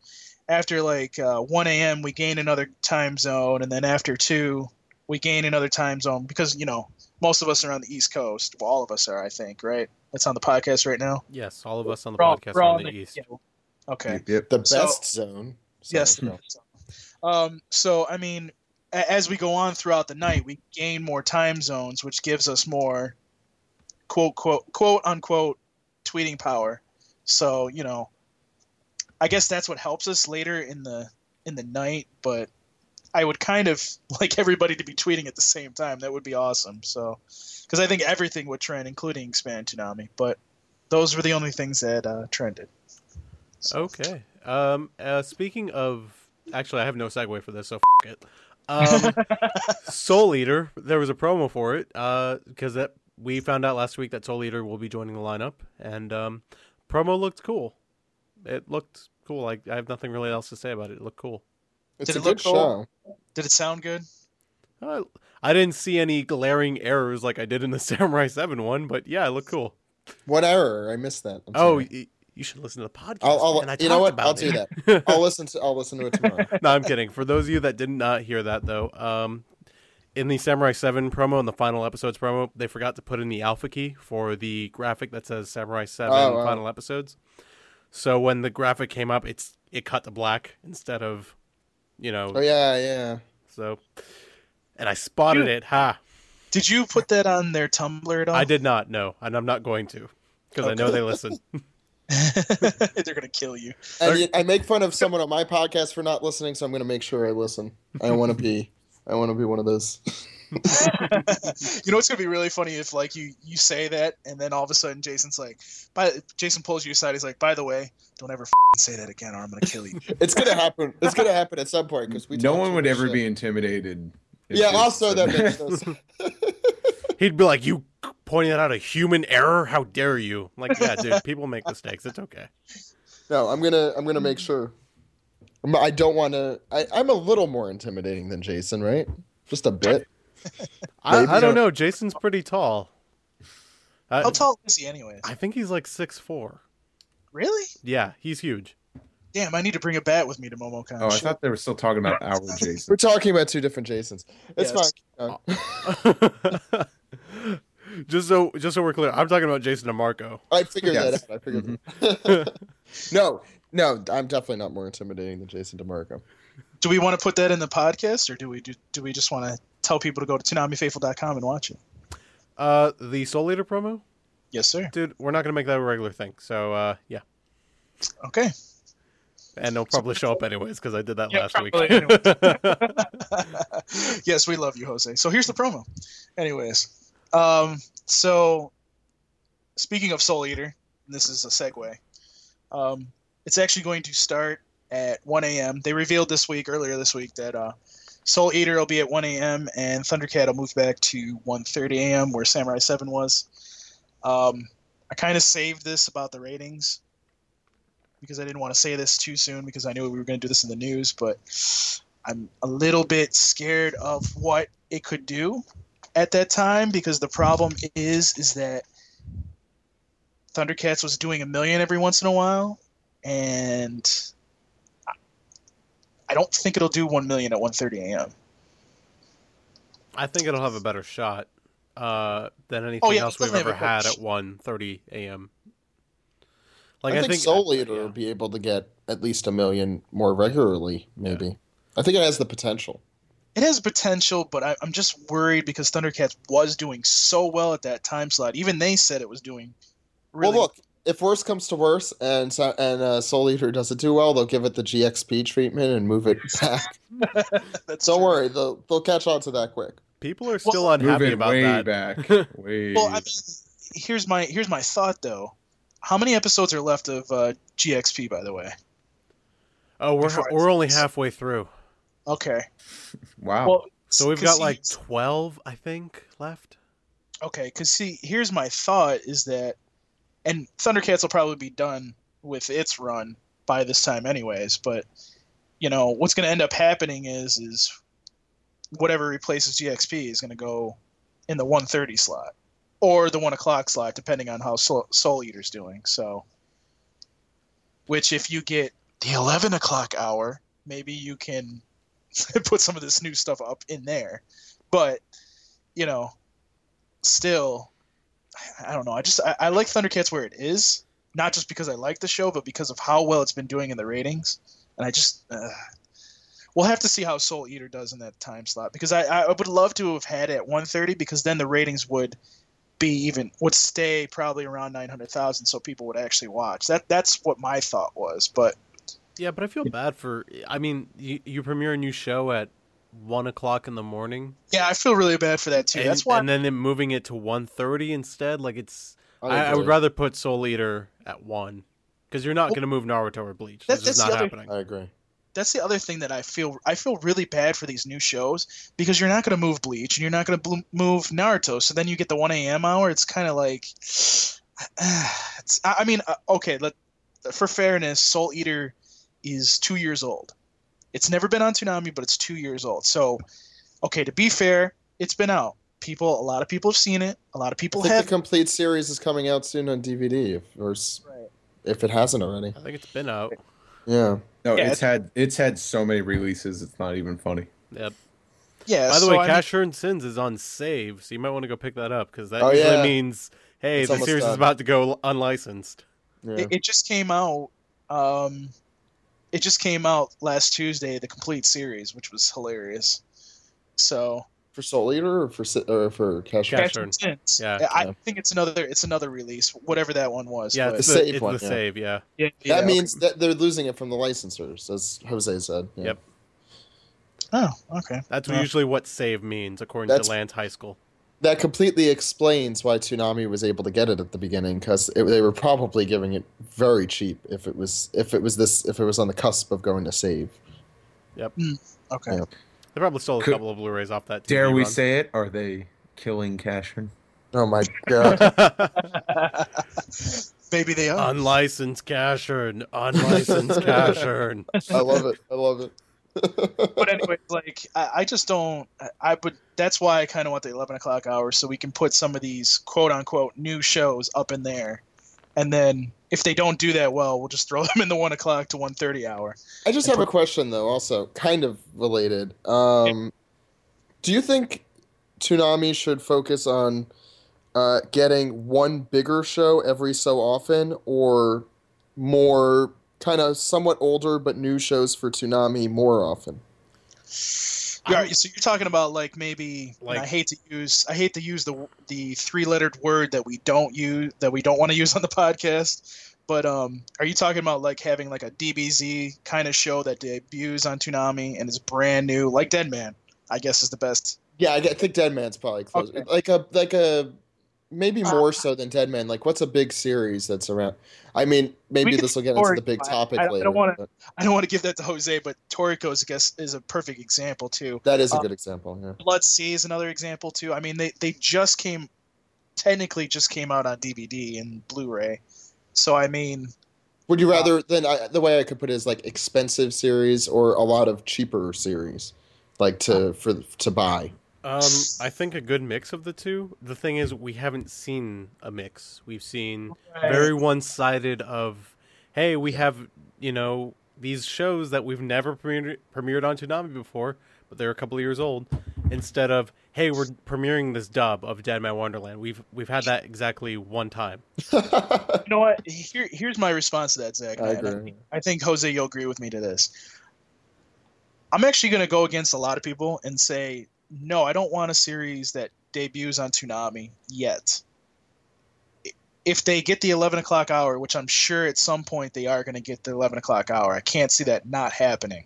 Speaker 3: after like uh, 1 a.m. we gain another time zone, and then after two we gain another time zone because you know most of us are on the East Coast. Well, all of us are, I think, right? That's on the podcast right now.
Speaker 2: Yes, all of us on the
Speaker 3: We're all-
Speaker 2: podcast
Speaker 3: we're
Speaker 2: are
Speaker 3: all
Speaker 2: on
Speaker 3: in
Speaker 2: the east.
Speaker 3: yeah. Okay.
Speaker 5: Yep.
Speaker 4: the
Speaker 3: So-
Speaker 4: best zone. So,
Speaker 3: Yes.
Speaker 4: no.
Speaker 3: Um, so I mean, a- as we go on throughout the night, we gain more time zones, which gives us more quote quote quote unquote tweeting power. So you know, I guess that's what helps us later in the in the night. But I would kind of *laughs* like everybody to be tweeting at the same time. That would be awesome. So because I think everything would trend, including expand tsunami. But those were the only things that uh, trended. So-
Speaker 2: Okay. Um. Uh, speaking of, actually, I have no segue for this, so f- it. Um, Soul Eater. There was a promo for it. Uh, because that we found out last week that Soul Eater will be joining the lineup, and um, promo looked cool. It looked cool. Like I have nothing really else to say about it. It looked cool.
Speaker 4: It's
Speaker 3: Did
Speaker 4: a
Speaker 3: it
Speaker 4: good
Speaker 3: look cool?
Speaker 4: show.
Speaker 3: Did it sound good?
Speaker 2: Uh, I didn't see any glaring errors like I did in the *laughs* Samurai Seven one, but yeah, it looked cool.
Speaker 4: What error? I missed that. I'm
Speaker 2: Oh,
Speaker 4: sorry.
Speaker 2: y- you should listen to the podcast.
Speaker 4: I'll, I'll-
Speaker 2: man. I
Speaker 4: you know
Speaker 2: talked
Speaker 4: what?
Speaker 2: about
Speaker 4: I'll
Speaker 2: it.
Speaker 4: do
Speaker 5: *laughs*
Speaker 4: that. I'll listen to. I'll listen to it tomorrow.
Speaker 2: no, I'm kidding. For those of you that did not hear that, though, um, in the Samurai 7 promo, in the final episodes promo, they forgot to put in the alpha key for the graphic that says Samurai 7
Speaker 4: Oh, wow.
Speaker 2: final episodes. So when the graphic came up, it's it cut to black instead of, you know,
Speaker 4: Oh yeah, yeah.
Speaker 2: so. And I spotted it. Ha!
Speaker 3: Did you put that on their Tumblr at all?
Speaker 2: I did not know, and I'm not going to because I know
Speaker 4: Oh. Okay.
Speaker 2: they
Speaker 4: *laughs*
Speaker 2: listen.
Speaker 3: *laughs* They're gonna kill you.
Speaker 4: And yet I make fun of someone on my podcast for not listening, so I'm going to make sure I listen. I want to be. I want to be one of those.
Speaker 3: you know it's gonna be really funny if like you you say that and then all of a sudden Jason's like, by Jason pulls you aside. He's like, by the way, don't ever fing say that again, or I'm gonna kill you.
Speaker 5: *laughs*
Speaker 4: It's going to happen. It's going to happen at some point because we.
Speaker 5: no
Speaker 4: talk
Speaker 5: one
Speaker 4: too
Speaker 5: would
Speaker 4: much
Speaker 5: ever
Speaker 4: shit.
Speaker 5: be intimidated. It's
Speaker 4: Yeah.
Speaker 5: just-
Speaker 4: Also, that makes
Speaker 5: *laughs*
Speaker 4: no sense.
Speaker 2: He'd be like, "You pointing out a human error? How dare you!" I'm like, yeah, dude, people make mistakes. It's okay.
Speaker 4: No, I'm gonna. I'm gonna make sure. I'm- I don't want to. I'm a little more intimidating than Jason, right? Just a bit.
Speaker 2: I,
Speaker 4: Maybe
Speaker 2: I don't
Speaker 4: so.
Speaker 2: know. Jason's pretty tall. I,
Speaker 3: How tall is he anyways?
Speaker 2: I think he's like six four.
Speaker 3: Really?
Speaker 2: Yeah, he's huge. *laughs*
Speaker 3: Damn, I need to bring a bat with me to MomoCon.
Speaker 5: Oh, I
Speaker 3: Shit.
Speaker 5: thought they were still talking about our Jason.
Speaker 4: We're talking about two different Jasons. It's
Speaker 3: Yes.
Speaker 4: fine. No.
Speaker 2: just so just so we're clear, I'm talking about Jason DeMarco.
Speaker 4: I figured
Speaker 5: Yes.
Speaker 4: that out. I figured. that *laughs* no, no, I'm definitely not more intimidating than Jason DeMarco.
Speaker 3: do we want to put that in the podcast, or do we do, do we just want to tell people to go to TsunamiFaithful.com and watch it?
Speaker 2: Uh, the Soul Leader promo,
Speaker 3: Yes, sir.
Speaker 2: dude. We're not gonna make that a regular thing. So uh, yeah,
Speaker 3: Okay.
Speaker 2: and it'll probably show up anyways because I did that
Speaker 3: Yeah,
Speaker 2: last
Speaker 3: probably
Speaker 2: week.
Speaker 3: *laughs* yes, we love you, Jose. So here's the promo. Anyways, um, so speaking of Soul Eater, and this is a segue. Um, it's actually going to start at 1 a.m. They revealed this week, earlier this week, that uh, Soul Eater will be at 1 a.m. and Thundercat will move back to 1:30 a.m. where Samurai Seven was. Um, I kind of saved this about the ratings because I didn't want to say this too soon because I knew we were going to do this in the news, but I'm a little bit scared of what it could do at that time because the problem is is that Thundercats was doing a million every once in a while, and I- I don't think it'll do one million at 1:30 a.m.
Speaker 2: *laughs* I think it'll have a better shot uh, than anything
Speaker 3: yeah,
Speaker 2: else
Speaker 3: it doesn't
Speaker 2: we've ever
Speaker 3: have a better
Speaker 2: had
Speaker 3: sh-
Speaker 2: at 1.30 a.m. Like uh,
Speaker 4: I, think, Soul Eater
Speaker 2: yeah.
Speaker 4: will be able to get at least a million more regularly, maybe. I think it has the potential.
Speaker 3: It has potential, but I, I'm just worried because Thundercats was doing so well at that time slot. Even they said it was doing really
Speaker 4: Well, look, if worse comes to worse, and so- and uh, Soul Eater doesn't do well, they'll give it the GXP treatment and move it back.
Speaker 3: *laughs* That's
Speaker 4: Don't
Speaker 3: true.
Speaker 4: worry, they'll they'll catch on to that quick.
Speaker 2: People are still unhappy
Speaker 5: Moving
Speaker 2: about
Speaker 5: way
Speaker 2: that.
Speaker 5: back. Way.
Speaker 3: Well, I mean, here's my here's my thought though. How many episodes are left of uh, GXP, by the way?
Speaker 2: Oh, we're
Speaker 3: Before I-
Speaker 2: we're only halfway through.
Speaker 3: Okay.
Speaker 5: wow.
Speaker 3: Well,
Speaker 2: So we've got
Speaker 3: 'cause
Speaker 2: like
Speaker 3: he's-
Speaker 2: 12, I think, left.
Speaker 3: okay, because see, here's my thought is that and Thundercats will probably be done with its run by this time, anyways. But you know what's going to end up happening is is whatever replaces GXP is going to go in the 1:30 slot or the one o'clock slot, depending on how Soul, Soul Eater's doing. So, which if you get the 11 o'clock hour, maybe you can *laughs* put some of this new stuff up in there. But you know, still, I don't know. I just I, I like Thundercats where it is, not just because I like the show, but because of how well it's been doing in the ratings. And I just uh, we'll have to see how Soul Eater does in that time slot because I I would love to have had it at 1:30 because then the ratings would be even would stay probably around 900,000 so people would actually watch. That that's what my thought was, but
Speaker 2: Yeah, but I feel bad for. I mean, you, you premiere a new show at one o'clock in the morning.
Speaker 3: yeah, I feel really bad for that too.
Speaker 2: and,
Speaker 3: that's why
Speaker 2: and then them moving it to 1.30 instead. Like it's. I, I
Speaker 4: agree.
Speaker 2: would rather put Soul Eater at one because you're not going to move Naruto or Bleach.
Speaker 3: That's-
Speaker 2: That's, just
Speaker 3: that's
Speaker 2: not
Speaker 3: the other-
Speaker 2: happening.
Speaker 4: I agree.
Speaker 3: that's the other thing that I feel I feel really bad for these new shows because you're not going to move Bleach and you're not going to bl- move Naruto. So then you get the 1 a.m. hour. It's kind of like, *sighs* it's, I I mean, uh, okay, let for fairness, Soul Eater is two years old. It's never been on Toonami, but it's two years old. So, okay, to be fair, it's been out. People, a lot of people have seen it. A lot of people
Speaker 4: I think
Speaker 3: have.
Speaker 4: the complete series is coming out soon on DVD, if, or s- if it hasn't already.
Speaker 2: I think it's been out.
Speaker 4: Yeah.
Speaker 5: No,
Speaker 3: Yeah,
Speaker 5: it's had it's had so many releases. It's not even funny.
Speaker 2: Yep.
Speaker 3: Yeah.
Speaker 2: By the
Speaker 3: so
Speaker 2: way,
Speaker 3: I mean-
Speaker 2: Cash Earn Sins is on save, so you might want to go pick that up because that
Speaker 4: Oh,
Speaker 2: usually
Speaker 4: yeah.
Speaker 2: means hey,
Speaker 4: It's
Speaker 2: the
Speaker 4: almost
Speaker 2: series is
Speaker 4: done.
Speaker 2: about to go l- unlicensed.
Speaker 4: yeah.
Speaker 3: It, it just came out. Um, it just came out last Tuesday, the complete series, which was hilarious. So
Speaker 4: for Soul Eater or for si- or for Cash?
Speaker 2: Cash-
Speaker 4: Cash.
Speaker 3: Catch
Speaker 2: sure.
Speaker 3: and Sense.
Speaker 2: Yeah.
Speaker 3: I
Speaker 4: Yeah.
Speaker 3: think it's another. It's another release, whatever that one was.
Speaker 2: Yeah,
Speaker 3: but-
Speaker 2: it's
Speaker 4: The
Speaker 2: the,
Speaker 4: save
Speaker 2: it's
Speaker 4: one,
Speaker 2: the
Speaker 4: yeah.
Speaker 2: save. Yeah,
Speaker 3: yeah,
Speaker 4: That
Speaker 3: yeah.
Speaker 4: means that they're losing it from the licensors, as Jose said. Yeah.
Speaker 2: Yep.
Speaker 3: Oh, okay.
Speaker 2: that's
Speaker 3: Yeah.
Speaker 2: usually what save means according
Speaker 4: That's-
Speaker 2: to Lance High School.
Speaker 4: That completely explains why Toonami was able to get it at the beginning, because they were probably giving it very cheap if it was if it was this if it was on the cusp of going to save.
Speaker 3: Okay.
Speaker 4: Yeah.
Speaker 2: They probably stole a
Speaker 5: Could-
Speaker 2: couple of Blu-rays off that. TV
Speaker 5: Dare we
Speaker 2: run. *laughs*
Speaker 5: say it? Are they killing Cashman?
Speaker 4: Oh my
Speaker 2: *laughs*
Speaker 4: god!
Speaker 3: Maybe they are.
Speaker 2: unlicensed Cash Earn, unlicensed Cash Earn?
Speaker 4: I love it. I love it. *laughs*
Speaker 3: but anyway, like I, I just don't. I- I would. That's why I kind of want the eleven o'clock hour so we can put some of these quote unquote new shows up in there, and then if they don't do that well, we'll just throw *laughs* them in the one o'clock to one thirty hour.
Speaker 4: I just have a question though, also kind of related. Um, do you think Toonami should focus on uh, getting one bigger show every so often, or more kind of somewhat older but new shows for Toonami more often?
Speaker 3: Yeah, so you're talking about like maybe and I
Speaker 2: Like-
Speaker 3: hate to use I hate to use the the three lettered word that we don't use that we don't want to *laughs* use on the podcast. But um, are you talking about like having like a DBZ kind of show that debuts on Toonami and is brand new, like Dead Man? I guess is the best.
Speaker 4: Yeah, I g- I think Dead Man's probably closer.
Speaker 3: Okay.
Speaker 4: Like a like a maybe
Speaker 3: Uh,
Speaker 4: more so than Dead Man. Like, what's a big series that's around? I mean, maybe
Speaker 3: can
Speaker 4: this will get into
Speaker 3: explore
Speaker 4: the big
Speaker 3: it.
Speaker 4: topic
Speaker 3: I- I don't
Speaker 4: later.
Speaker 3: wanna-
Speaker 4: but
Speaker 3: I don't want to give that to Jose, but Toriko's I guess is a perfect example too.
Speaker 4: That is a
Speaker 3: Uh,
Speaker 4: good example. Yeah.
Speaker 3: Blood Sea is another example too. I mean, they they just came, technically just came out on DVD and Blu-ray. So I mean,
Speaker 4: Would you rather then I, the way I could put it is like expensive series or a lot of cheaper series, like
Speaker 2: Uh.
Speaker 4: to for to buy. *laughs*
Speaker 2: Um, I think a good mix of the two. The thing is, we haven't seen a mix. We've seen very one-sided of, hey, we have you know these shows that we've never premiered, premiered on Toonami before, but they're a couple of years old. Instead of, hey, we're premiering this dub of Dead Man Wonderland. We've we've had that exactly one time.
Speaker 4: I
Speaker 3: you know what? Here, here's my response to that, Zach. and I-
Speaker 4: agree.
Speaker 3: I think Jose, you'll agree with me to this. I'm actually going to go against a lot of people and say no. I don't want a series that debuts on Toonami yet. If they get the 11 o'clock hour, which I'm sure at some point they are going to get the 11 o'clock hour, I can't see that not happening.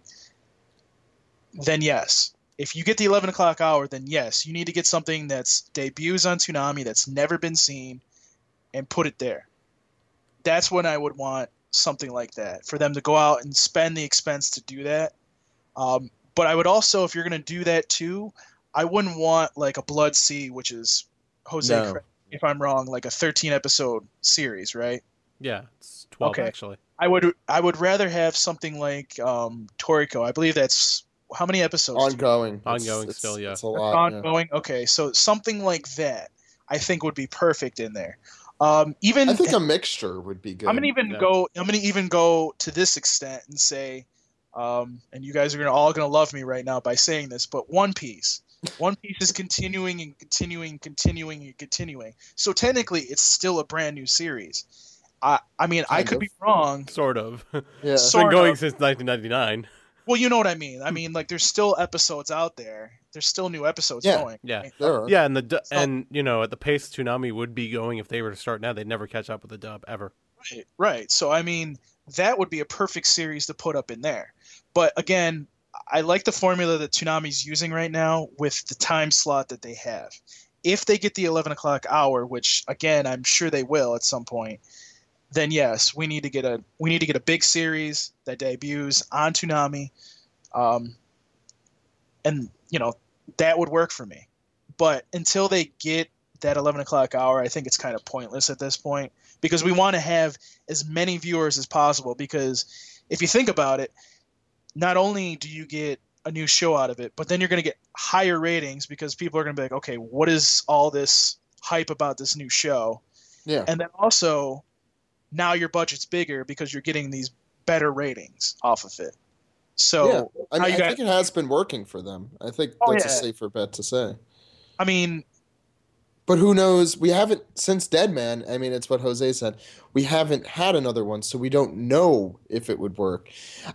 Speaker 3: Then yes, if you get the 11 o'clock hour, then yes, you need to get something that's debuts on Toonami that's never been seen, and put it there. That's when I would want something like that for them to go out and spend the expense to do that. Um, but I would also, if you're going to do that too, I wouldn't want like a Blood Sea, which is Jose
Speaker 4: No,
Speaker 3: correct if I'm wrong, like a 13 episode series, right?
Speaker 2: Yeah, it's 12
Speaker 3: Okay.
Speaker 2: actually.
Speaker 3: I would I would rather have something like um, Toriko. I believe that's how many episodes?
Speaker 4: Ongoing. It's-
Speaker 2: Ongoing
Speaker 4: it's-
Speaker 2: still, yeah.
Speaker 4: It's a
Speaker 3: That's
Speaker 4: lot. yeah.
Speaker 3: ongoing. Okay, so something like that I think would be perfect in there. Um, even
Speaker 4: I think a mixture would be good.
Speaker 3: I'm gonna even
Speaker 2: Yeah.
Speaker 3: go. I'm gonna even go to this extent and say, um, and you guys are gonna all gonna love me right now by saying this, but One Piece, One Piece is continuing and continuing, continuing and continuing. So technically, it's still a brand new series. I, I mean, I
Speaker 4: Kind
Speaker 3: could
Speaker 4: of.
Speaker 3: be wrong.
Speaker 2: Sort of. *laughs* it's
Speaker 4: Yeah.
Speaker 3: So-
Speaker 2: been
Speaker 3: Sort
Speaker 2: going
Speaker 3: of.
Speaker 2: since 1999.
Speaker 3: Well, you know what I mean. I mean, like there's still episodes out there. There's still new episodes
Speaker 4: Yeah.
Speaker 3: going.
Speaker 2: Yeah.
Speaker 4: there are.
Speaker 2: Yeah, and the du-
Speaker 3: So-
Speaker 2: and you know, at the pace Toonami would be going if they were to start now, they'd never catch up with the dub ever.
Speaker 3: Right, right. So I mean, that would be a perfect series to put up in there. But again, I like the formula that Toonami's using right now with the time slot that they have. If they get the eleven o'clock hour, which again I'm sure they will at some point, then yes, we need to get a we need to get a big series that debuts on Toonami, um, and you know that would work for me. But until they get that eleven o'clock hour, I think it's kind of pointless at this point because we want to have as many viewers as possible because if you think about it not only do you get a new show out of it but then you're going to get higher ratings because people are going to be like okay what is all this hype about this new show
Speaker 4: Yeah.
Speaker 3: and then also now your budget's bigger because you're getting these better ratings off of it so
Speaker 4: Yeah. I,
Speaker 3: How
Speaker 4: mean,
Speaker 3: you
Speaker 4: I
Speaker 3: got-
Speaker 4: think it has been working for them. I think
Speaker 3: Oh,
Speaker 4: that's a
Speaker 3: yeah.
Speaker 4: safer bet to say.
Speaker 3: i mean
Speaker 4: But who knows? We haven't since Deadman. I mean, it's what Jose said. We haven't had another one, so we don't know if it would work.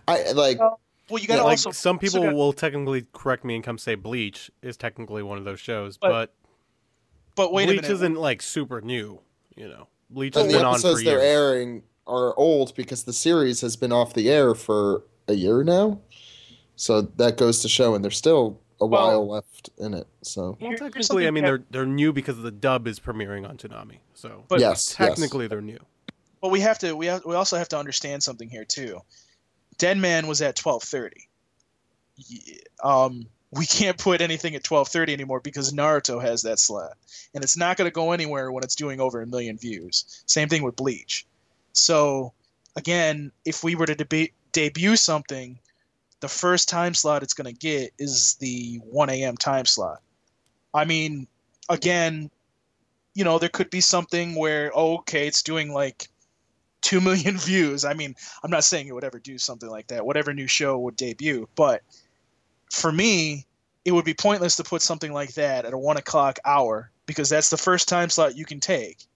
Speaker 4: I like.
Speaker 3: Well, well you got to
Speaker 2: like
Speaker 3: also
Speaker 2: some
Speaker 3: also
Speaker 2: people
Speaker 3: gotta-
Speaker 2: will technically correct me and come say Bleach is technically one of those shows, but,
Speaker 3: But- but wait a
Speaker 2: Bleach
Speaker 3: minute
Speaker 2: isn't like super new, you know. Bleach has
Speaker 4: And the
Speaker 2: been on for
Speaker 4: episodes
Speaker 2: years.
Speaker 4: they're airing are old because the series has been off the air for a year now. So that goes to show, and there's still a
Speaker 3: Well-
Speaker 4: while left in it. So
Speaker 2: Well,
Speaker 3: Here- here's
Speaker 2: technically,
Speaker 3: something
Speaker 2: I mean,
Speaker 3: that-
Speaker 2: they're they're new because the dub is premiering on Toonami, so
Speaker 3: But-
Speaker 4: yes,
Speaker 2: technically they're
Speaker 3: *laughs*
Speaker 2: new.
Speaker 3: But we have to we have, we also have to understand something here too. Deadman was at 12:30. Yeah, Um we can't put anything at 12:30 anymore because Naruto has that slot and it's not going to go anywhere when it's doing over a million views. Same thing with Bleach. So again, if we were to debate debut something, the first time slot it's going to get is the 1 a.m. time slot. I mean, again, you know, there could be something where oh, okay, it's doing like 2 million *laughs* views. I mean, I'm not saying it would ever do something like that, whatever new show would debut, but for me, it would be pointless to put something like that at a 1 o'clock hour because that's the first time slot you can take.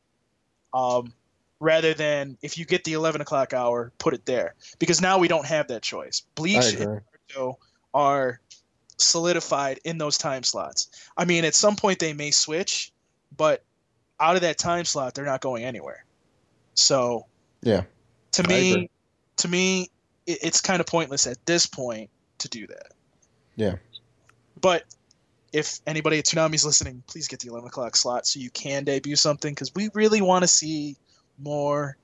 Speaker 3: Um, rather than if you get the 11 o'clock hour, put it there because now we don't have that choice.
Speaker 4: yes, I
Speaker 3: Bleach
Speaker 4: agree.
Speaker 3: Naruto are solidified in those time slots. I mean, at some point they may switch, but out of that time slot, they're not going anywhere. So,
Speaker 4: Yeah,
Speaker 3: to
Speaker 4: I
Speaker 3: me,
Speaker 4: agree.
Speaker 3: to me, it, it's kind of pointless at this point to do that.
Speaker 4: Yeah.
Speaker 3: But if anybody at Toonami's listening, please get the eleven o'clock slot so you can debut something because we really want to see more.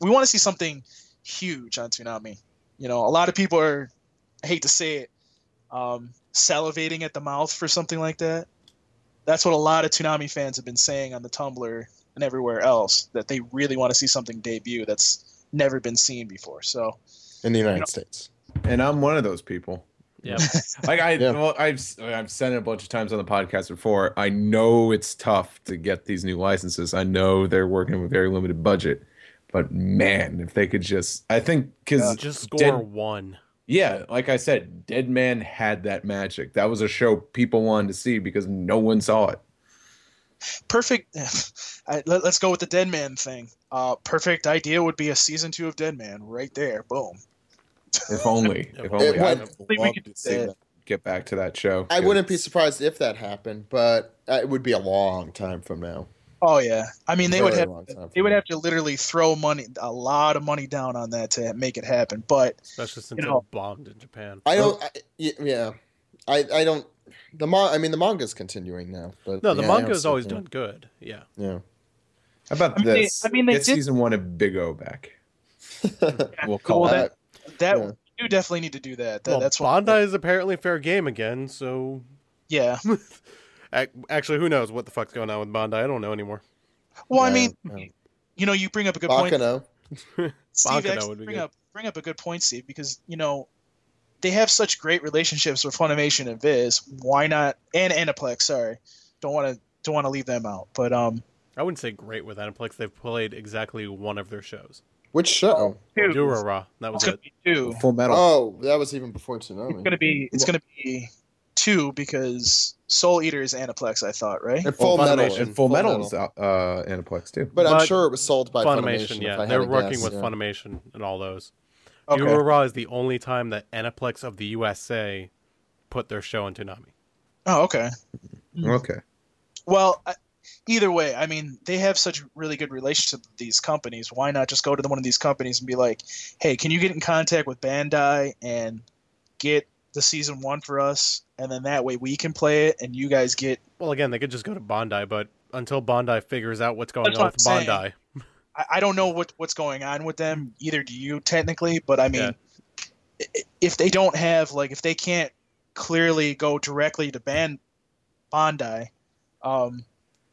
Speaker 3: We want to see something huge on Toonami. You know, a lot of people are I hate to say it, um, salivating at the mouth for something like that. That's what a lot of Toonami fans have been saying on the Tumblr and everywhere else that they really want to see something debut that's never been seen before. So
Speaker 4: in the United
Speaker 3: You know-
Speaker 4: States.
Speaker 5: and I'm one of those people.
Speaker 2: Yeah,
Speaker 5: Like I,
Speaker 4: Yeah.
Speaker 5: well, I've I've said it a bunch of times on the podcast before. I know it's tough to get these new licenses. I know they're working with very limited budget, but man, if they could just, I think because
Speaker 2: just score
Speaker 5: Dead-
Speaker 2: one.
Speaker 5: Yeah, like I said, Dead Man had that magic. That was a show people wanted to see because no one saw it.
Speaker 3: perfect. *laughs* I, let, us go with the Dead Man thing. Uh, perfect idea would be a season two of Dead Man right there. Boom.
Speaker 5: If *laughs* only, if only,
Speaker 4: It
Speaker 5: I
Speaker 4: would-
Speaker 5: would
Speaker 3: we
Speaker 5: love
Speaker 3: could
Speaker 5: to see
Speaker 3: do
Speaker 5: them get back to that show.
Speaker 4: I wouldn't be surprised if that happened, but uh, it would be a long time from now.
Speaker 3: Oh yeah. I mean, they would
Speaker 4: Very
Speaker 3: have
Speaker 4: long time
Speaker 3: they
Speaker 4: from
Speaker 3: would
Speaker 4: now.
Speaker 3: have to literally throw money, a lot of money down on that to make it happen. But
Speaker 2: Especially since
Speaker 3: You know-
Speaker 2: it bombed in Japan.
Speaker 4: I don't. I, y- yeah, I. I don't. The mon. I mean, the manga's continuing now, but
Speaker 2: No, the
Speaker 4: yeah, I
Speaker 2: manga's
Speaker 4: also
Speaker 2: always
Speaker 4: think-
Speaker 2: done good. Yeah,
Speaker 4: Yeah,
Speaker 5: How about
Speaker 3: I mean, they-
Speaker 5: this?
Speaker 3: I mean, they
Speaker 5: get
Speaker 3: did-
Speaker 5: season one of Big O back. We'll call
Speaker 3: Well,
Speaker 5: it.
Speaker 3: that that
Speaker 4: Yeah.
Speaker 3: you definitely need to do that. that
Speaker 2: well,
Speaker 3: that's
Speaker 2: that's
Speaker 3: one.
Speaker 2: Bandai is apparently fair game again. So
Speaker 3: Yeah.
Speaker 2: ac- actually, who knows what the fuck's going on with Bandai? I don't know anymore.
Speaker 3: Well, I
Speaker 4: Yeah,
Speaker 3: mean,
Speaker 4: yeah.
Speaker 3: you know, you bring up a *laughs* good point.
Speaker 4: Bakano.
Speaker 3: Steve,
Speaker 2: Bakano
Speaker 3: actually,
Speaker 2: would be
Speaker 3: bring
Speaker 2: good.
Speaker 3: up bring up a good point, Steve, because you know they have such great relationships with Funimation and Viz. Why not and Aniplex? Sorry, don't want to don't want to leave them out. But um,
Speaker 2: I wouldn't say great with Aniplex. They've played exactly one of their shows.
Speaker 4: Which show?
Speaker 2: Durara. That was
Speaker 3: it's gonna
Speaker 2: it.
Speaker 3: be two.
Speaker 5: Full Metal.
Speaker 4: Oh, that was even before Tsunami.
Speaker 3: It's gonna be it's gonna be two because Soul Eater is Aniplex. I thought right.
Speaker 4: And Full
Speaker 5: Well,
Speaker 4: Metal.
Speaker 5: Funimation-
Speaker 4: and
Speaker 5: Full Metal is out- uh, Aniplex too.
Speaker 4: But, I'm
Speaker 2: But
Speaker 4: sure it was sold by Funimation.
Speaker 2: Funimation,
Speaker 4: if I
Speaker 2: yeah.
Speaker 4: had
Speaker 2: They're
Speaker 4: to
Speaker 2: working
Speaker 4: guess,
Speaker 2: with
Speaker 4: yeah.
Speaker 2: Funimation and all those.
Speaker 3: Okay.
Speaker 2: Durara is the only time that Aniplex of the USA put their show on Toonami.
Speaker 3: Oh, okay.
Speaker 5: Okay.
Speaker 3: Well, I, either way, I mean, they have such really good relationship with these companies. Why not just go to the, one of these companies and be like, "Hey, can you get in contact with Bandai and get the season one for us?" And then that way we can play it, and you guys get.
Speaker 2: Well, again, they could just go to Bandai, but until Bandai figures out what's going
Speaker 3: That's
Speaker 2: on
Speaker 3: what
Speaker 2: with
Speaker 3: I'm saying.
Speaker 2: Bandai,
Speaker 3: I, I don't know what what's going on with them. Either do you technically, but I mean, i i- if they don't have like, if they can't clearly go directly to Ban Bandai, um,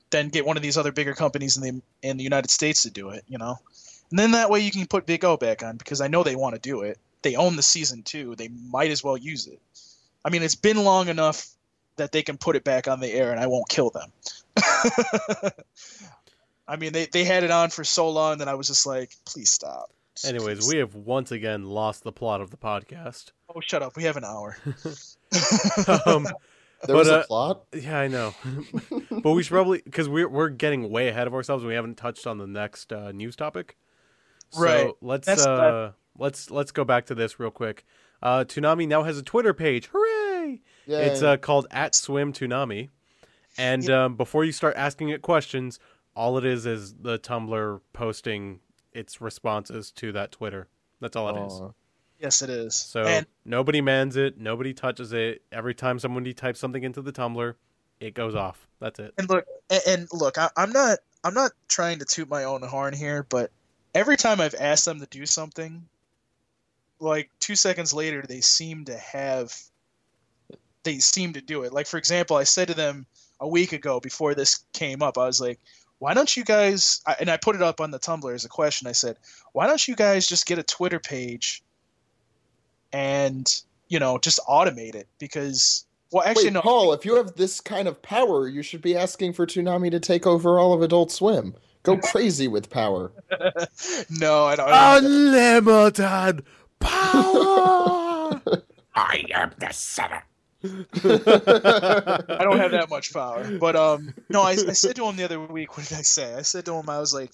Speaker 3: then get one of these other bigger companies in the in the United States to do it. You know, and then that way you can put Big O back on because I know they want to do it. They own the season too. They might as well use it. I mean, it's been long enough that they can put it back on the air, and I won't kill them. *laughs* I mean, they, they had it on for so long that I was just like, please stop.
Speaker 2: anyways, we have once again lost the plot of the
Speaker 3: *laughs*
Speaker 2: podcast.
Speaker 3: oh shut up, we have an hour.
Speaker 2: Um,
Speaker 4: There
Speaker 2: But,
Speaker 4: was a
Speaker 2: uh,
Speaker 4: plot.
Speaker 2: yeah, I know, *laughs* but we should probably because we're we're getting way ahead of ourselves. and We haven't touched on the next uh, news topic. So
Speaker 3: Right.
Speaker 2: Let's
Speaker 3: That's-
Speaker 2: uh, let's let's go back to this real quick. Uh, Toonami now has a Twitter page. Hooray!
Speaker 4: Yeah,
Speaker 2: It's uh, called at Swim Toonami. And um, before you start asking it questions, all it is is the Tumblr posting its responses to that Twitter. That's all it is.
Speaker 4: Aw.
Speaker 3: yes, it is.
Speaker 2: So
Speaker 3: and
Speaker 2: nobody mans it, nobody touches it. Every time somebody types something into the Tumblr, it goes off. That's it.
Speaker 3: and look and, and look, I, I'm not I'm not trying to toot my own horn here, but every time I've asked them to do something, like two seconds later, they seem to have they seem to do it. Like for example, I said to them a week ago before this came up, I was like, why don't you guys? I, and I put it up on the Tumblr as a question. I said, why don't you guys just get a Twitter page and you know just automate it because well actually
Speaker 4: Wait,
Speaker 3: no
Speaker 4: Paul, if you have this kind of power, you should be asking for Toonami to take over all of Adult Swim.
Speaker 3: *laughs*
Speaker 4: Go crazy with power.
Speaker 3: no I don't.
Speaker 5: Oh,
Speaker 3: I don't
Speaker 2: Unlimited
Speaker 5: *laughs*
Speaker 2: power.
Speaker 5: I am the *laughs* center.
Speaker 3: I don't have that much power. But um, no, I, I said to him the other week, what did I say? I said to him, I was like,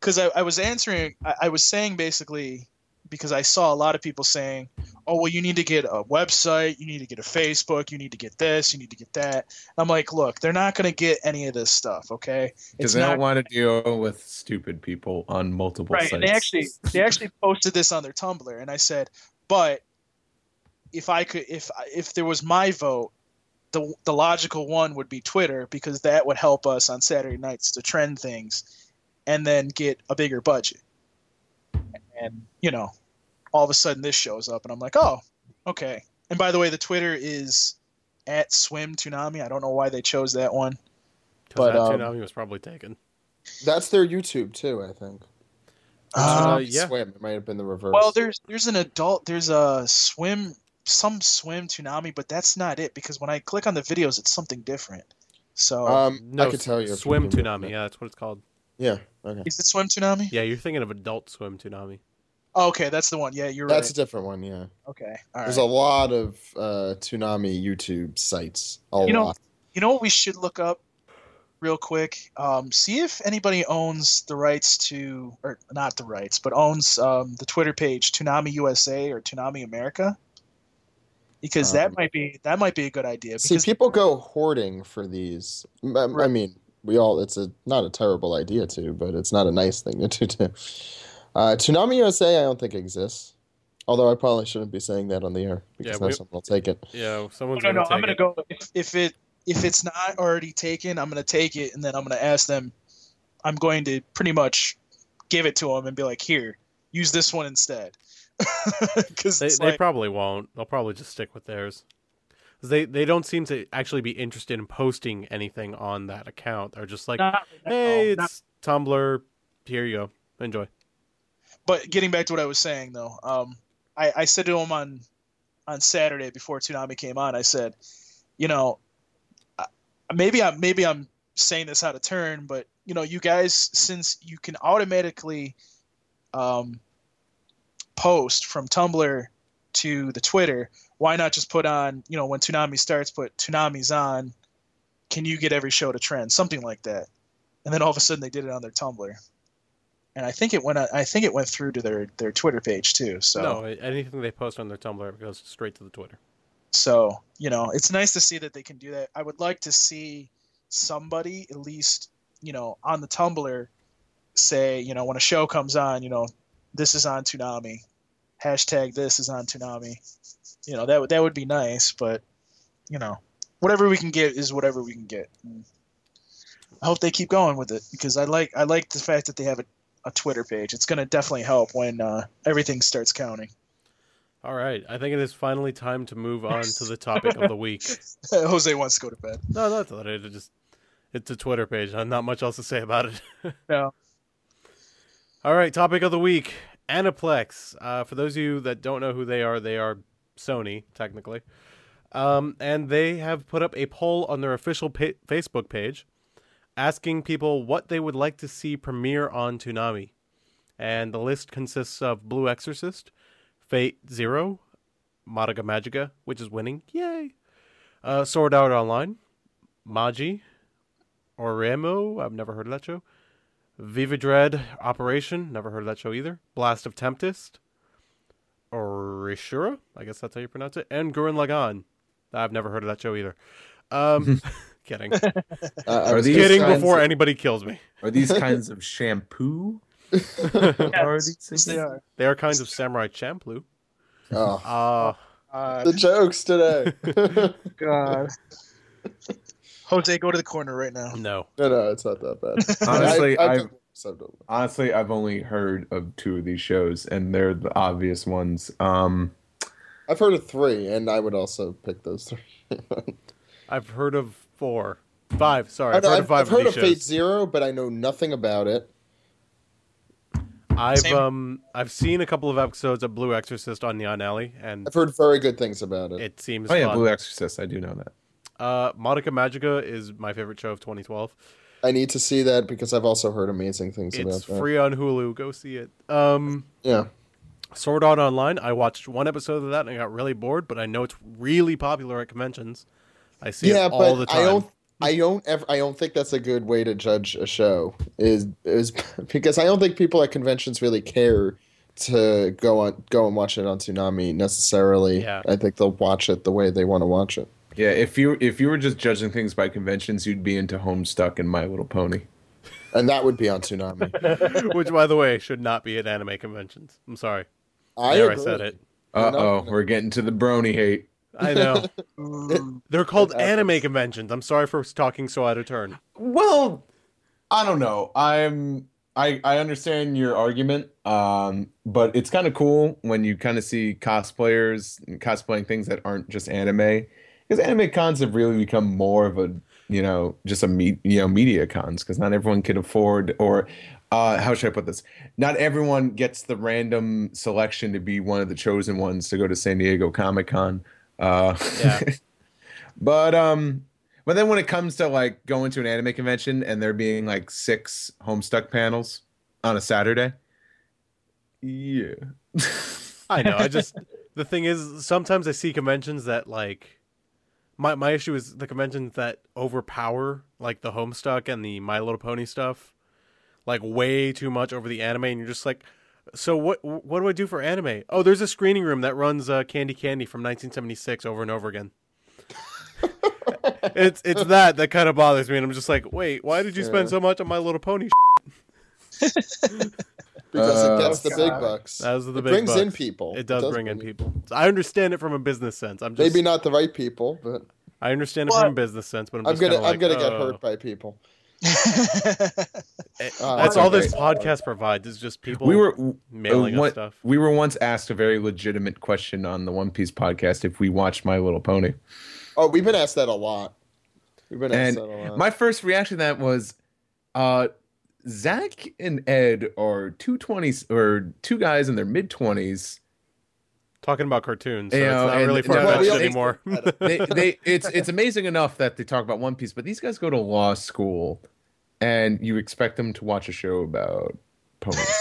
Speaker 3: because I, I was answering, I, I was saying basically, because I saw a lot of people saying, oh, well, you need to get a website, you need to get a Facebook, you need to get this, you need to get that. I'm like, look, they're not going to get any of this stuff, okay?
Speaker 5: Because
Speaker 3: It's
Speaker 5: they
Speaker 3: not
Speaker 5: don't want to deal with stupid people on multiple
Speaker 3: right
Speaker 5: sites.
Speaker 3: and they actually they actually posted this on their tumblr and i said but if i could if if there was my vote the the logical one would be twitter because that would help us on saturday nights to trend things and then get a bigger budget and you know all of a sudden this shows up and i'm like oh okay and by the way the twitter is at swim tsunami i don't know why they chose that one
Speaker 2: but
Speaker 3: But,
Speaker 2: that
Speaker 3: um,
Speaker 2: Toonami was probably taken.
Speaker 4: That's their YouTube too, I think. Or
Speaker 3: Um,
Speaker 4: Toonami
Speaker 2: Uh, yeah.
Speaker 4: Swim. It might have been the reverse.
Speaker 3: Well, there's there's an adult. There's a swim, some swim tsunami, but that's not it because when I click on the videos, it's something different. So
Speaker 4: um,
Speaker 2: Oh, No,
Speaker 4: I could tell you.
Speaker 2: Swim Toonami. Yeah, that's what it's called.
Speaker 4: Yeah. Okay.
Speaker 3: is it swim tsunami?
Speaker 2: Yeah, you're thinking of Adult Swim Toonami.
Speaker 3: Oh, okay, that's the one. Yeah, you're
Speaker 4: That's a
Speaker 3: right.
Speaker 4: different one. Yeah.
Speaker 3: okay, all
Speaker 4: There's
Speaker 3: right.
Speaker 4: a lot of uh, Toonami YouTube sites. A
Speaker 3: You know-
Speaker 4: lot.
Speaker 3: you know what we should look up real quick? Um, see if anybody owns the rights to, or not the rights, but owns um, the Twitter page Tsunami USA or Tsunami America, because that
Speaker 4: Um,
Speaker 3: might be that might be a good idea.
Speaker 4: See,
Speaker 3: Because
Speaker 4: people go hoarding for these. M- I,
Speaker 3: Right.
Speaker 4: mean, we all. It's a not a terrible idea to, but it's not a nice thing to *laughs* do. Too. Uh, Toonami USA, I don't think exists. Although I probably shouldn't be saying that on the air because
Speaker 2: Yeah,
Speaker 4: now
Speaker 2: we-
Speaker 4: someone will take it.
Speaker 2: Yeah, someone's
Speaker 3: Oh, no,
Speaker 2: gonna
Speaker 3: no,
Speaker 2: take
Speaker 3: I'm gonna
Speaker 2: it.
Speaker 3: go if, if it if it's not already taken, I'm gonna take it and then I'm gonna ask them. I'm going to pretty much give it to them and be like, here, use this one instead. *laughs* Because
Speaker 2: They,
Speaker 3: it's
Speaker 2: they
Speaker 3: like,
Speaker 2: probably won't. They'll probably just stick with theirs. is they they don't seem to actually be interested in posting anything on that account. They're just like,
Speaker 6: Not-
Speaker 2: hey,
Speaker 6: not-
Speaker 2: it's Tumblr. Here you go, enjoy.
Speaker 3: But getting back to what I was saying though, um, I, I said to him on on Saturday before Toonami came on, I said, you know, I- maybe I'm maybe I'm saying this out of turn, but you know, you guys since you can automatically um, post from Tumblr to the Twitter, why not just put on you know when Toonami starts, put Toonami's on. Can you get every show to trend? Something like that. And then all of a sudden they did it on their Tumblr and I think it went. I think it went through to their their Twitter page too. So
Speaker 2: No, anything they post on their Tumblr goes straight to the Twitter.
Speaker 3: so you know, it's nice to see that they can do that. I would like to see somebody at least you know on the Tumblr say you know when a show comes on, you know this is on Toonami, hashtag this is on Toonami. You know that would that would be nice, but you know whatever we can get is whatever we can get. And I hope they keep going with it because I like I like the fact that they have a, a Twitter page. It's going to definitely help when uh, everything starts counting. *laughs*
Speaker 2: All right, I think it is finally time to move on to the topic of the week.
Speaker 3: Jose wants to go to bed.
Speaker 2: No, not that. It just it's a Twitter page. I'm not much else to say about it. *laughs*
Speaker 3: No.
Speaker 2: All right, topic of the week: Aniplex. Uh, for those of you that don't know who they are, they are Sony technically, um, and they have put up a poll on their official pa- Facebook page, asking people what they would like to see premiere on Toonami, and the list consists of Blue Exorcist, Fate Zero, Madaga Magica, which is winning, yay! Uh, Sword Art Online, Maji, Oremo. I've never heard of that show. Viva Dread Operation. Never heard of that show either. Blast of Tempest. Orishura. I guess that's how you pronounce it. And Gurren Lagann. I've never heard of that show either.
Speaker 5: *laughs*
Speaker 2: Um, *laughs* kidding.
Speaker 4: Uh, I
Speaker 5: Are
Speaker 4: was
Speaker 5: these
Speaker 4: gonna
Speaker 2: kidding
Speaker 4: say-
Speaker 2: before anybody kills me.
Speaker 5: Are these kinds of shampoo? Are these
Speaker 3: *laughs* Yes,
Speaker 5: things?
Speaker 3: they are.
Speaker 2: They are kinds of samurai champloo.
Speaker 4: *laughs* Oh,
Speaker 2: Uh,
Speaker 3: Uh,
Speaker 4: the
Speaker 2: *laughs*
Speaker 4: jokes today. *laughs* no,
Speaker 3: God. *laughs* Jose, go to the corner right now.
Speaker 2: no.
Speaker 4: no, it's not that bad.
Speaker 5: Honestly,
Speaker 4: I,
Speaker 5: I've-
Speaker 4: done worse, I've done worse.
Speaker 5: Honestly, I've only heard of two of these shows, and they're the obvious ones. Um,
Speaker 4: I've heard of three, and I would also pick those three. *laughs*
Speaker 2: I've heard of four. Five. Sorry. I've
Speaker 4: I've,
Speaker 2: heard of
Speaker 4: I've,
Speaker 2: five
Speaker 4: I've heard
Speaker 2: of
Speaker 4: of
Speaker 2: these
Speaker 4: Fate
Speaker 2: shows.
Speaker 4: Zero, but I know nothing about it.
Speaker 2: I've,
Speaker 3: Same.
Speaker 2: um, I've seen a couple of episodes of Blue Exorcist on Neon Alley, and
Speaker 4: I've heard very good things about it.
Speaker 2: it seems
Speaker 5: oh yeah,
Speaker 2: fun.
Speaker 5: Blue Exorcist. I do know that.
Speaker 2: Uh, Monica Magica is my favorite show of 2012.
Speaker 4: I need to see that because I've also heard amazing things
Speaker 2: It's
Speaker 4: about that.
Speaker 2: free on Hulu. Go see it. Um,
Speaker 4: Yeah.
Speaker 2: Sword Art Online. I watched one episode of that and I got really bored, but I know it's really popular at conventions. I see
Speaker 4: yeah,
Speaker 2: it all the
Speaker 4: but
Speaker 2: time.
Speaker 4: I don't. I don't ever. I don't think that's a good way to judge a show. Is is *laughs* because I don't think people at conventions really care to go on go and watch it on Tsunami necessarily.
Speaker 2: Yeah.
Speaker 4: I think they'll watch it the way they want to watch it.
Speaker 5: Yeah, if you if you were just judging things by conventions, you'd be into Homestuck and My Little Pony.
Speaker 4: And that would be on
Speaker 2: *laughs*
Speaker 4: Tsunami.
Speaker 2: Which, by the way, should not be at anime conventions. I'm sorry.
Speaker 4: I,
Speaker 2: there, I
Speaker 4: agree.
Speaker 2: said it.
Speaker 5: Uh oh, we're getting to the brony hate.
Speaker 2: I
Speaker 4: *laughs*
Speaker 2: know.
Speaker 3: *laughs* Mm,
Speaker 2: They're called
Speaker 4: happens.
Speaker 2: anime conventions. I'm sorry for talking so out of turn.
Speaker 5: Well, I don't know. I'm I I understand your argument, um, but it's kind of cool when you kind of see cosplayers cosplaying things that aren't just anime, because anime cons have really become more of a you know just a me, you know media cons because not everyone can afford or. Uh, how should I put this? Not everyone gets the random selection to be one of the chosen ones to go to San Diego Comic Con. Uh,
Speaker 2: Yeah.
Speaker 5: *laughs* But um, but then when it comes to like going to an anime convention and there being like six Homestuck panels on a Saturday, yeah,
Speaker 2: I know. I just the thing is sometimes I see conventions that like my my issue is the conventions that overpower like the Homestuck and the My Little Pony stuff, like way too much over the anime, and you're just like, so what? What do I do for anime? Oh, there's a screening room that runs uh, Candy Candy from 1976 over and over again. it's it's that that kind of bothers me, and I'm just like, wait, why did you spend so much on My Little Pony?
Speaker 4: because
Speaker 5: Uh,
Speaker 4: it gets the big
Speaker 3: God.
Speaker 4: bucks.
Speaker 2: That was the
Speaker 4: it
Speaker 2: big
Speaker 4: brings in
Speaker 2: bucks.
Speaker 4: people.
Speaker 2: It does, bring in people. I understand it from a business sense. I'm just
Speaker 4: Maybe not the right people, but
Speaker 2: I understand it
Speaker 3: Well,
Speaker 2: from a business sense, but I'm,
Speaker 4: I'm,
Speaker 2: just
Speaker 4: gonna
Speaker 2: kinda like,
Speaker 4: I'm gonna get
Speaker 2: oh.
Speaker 4: hurt by people.
Speaker 2: Eh,
Speaker 4: Uh,
Speaker 2: That's all this
Speaker 4: okay.
Speaker 2: podcast provides is just people
Speaker 5: we were
Speaker 2: mailing
Speaker 5: uh,
Speaker 2: us
Speaker 5: what-
Speaker 2: stuff.
Speaker 5: we were once asked a very legitimate question on the One Piece podcast if we watched My Little Pony.
Speaker 4: Oh, we've been asked that a lot. We've been asked
Speaker 5: And
Speaker 4: that a lot. *laughs*
Speaker 5: my *laughs* first reaction to that was, uh, Zach and Ed are two twenties or two guys in their mid twenties.
Speaker 2: Talking about cartoons, so
Speaker 5: You know,
Speaker 2: it's not
Speaker 5: and-
Speaker 2: really
Speaker 5: and-
Speaker 2: far
Speaker 4: well,
Speaker 2: fetched
Speaker 4: we all-
Speaker 2: *laughs* anymore.
Speaker 5: They, they, it's it's amazing enough that they talk about One Piece, but these guys go to law school, and you expect them to watch a show about ponies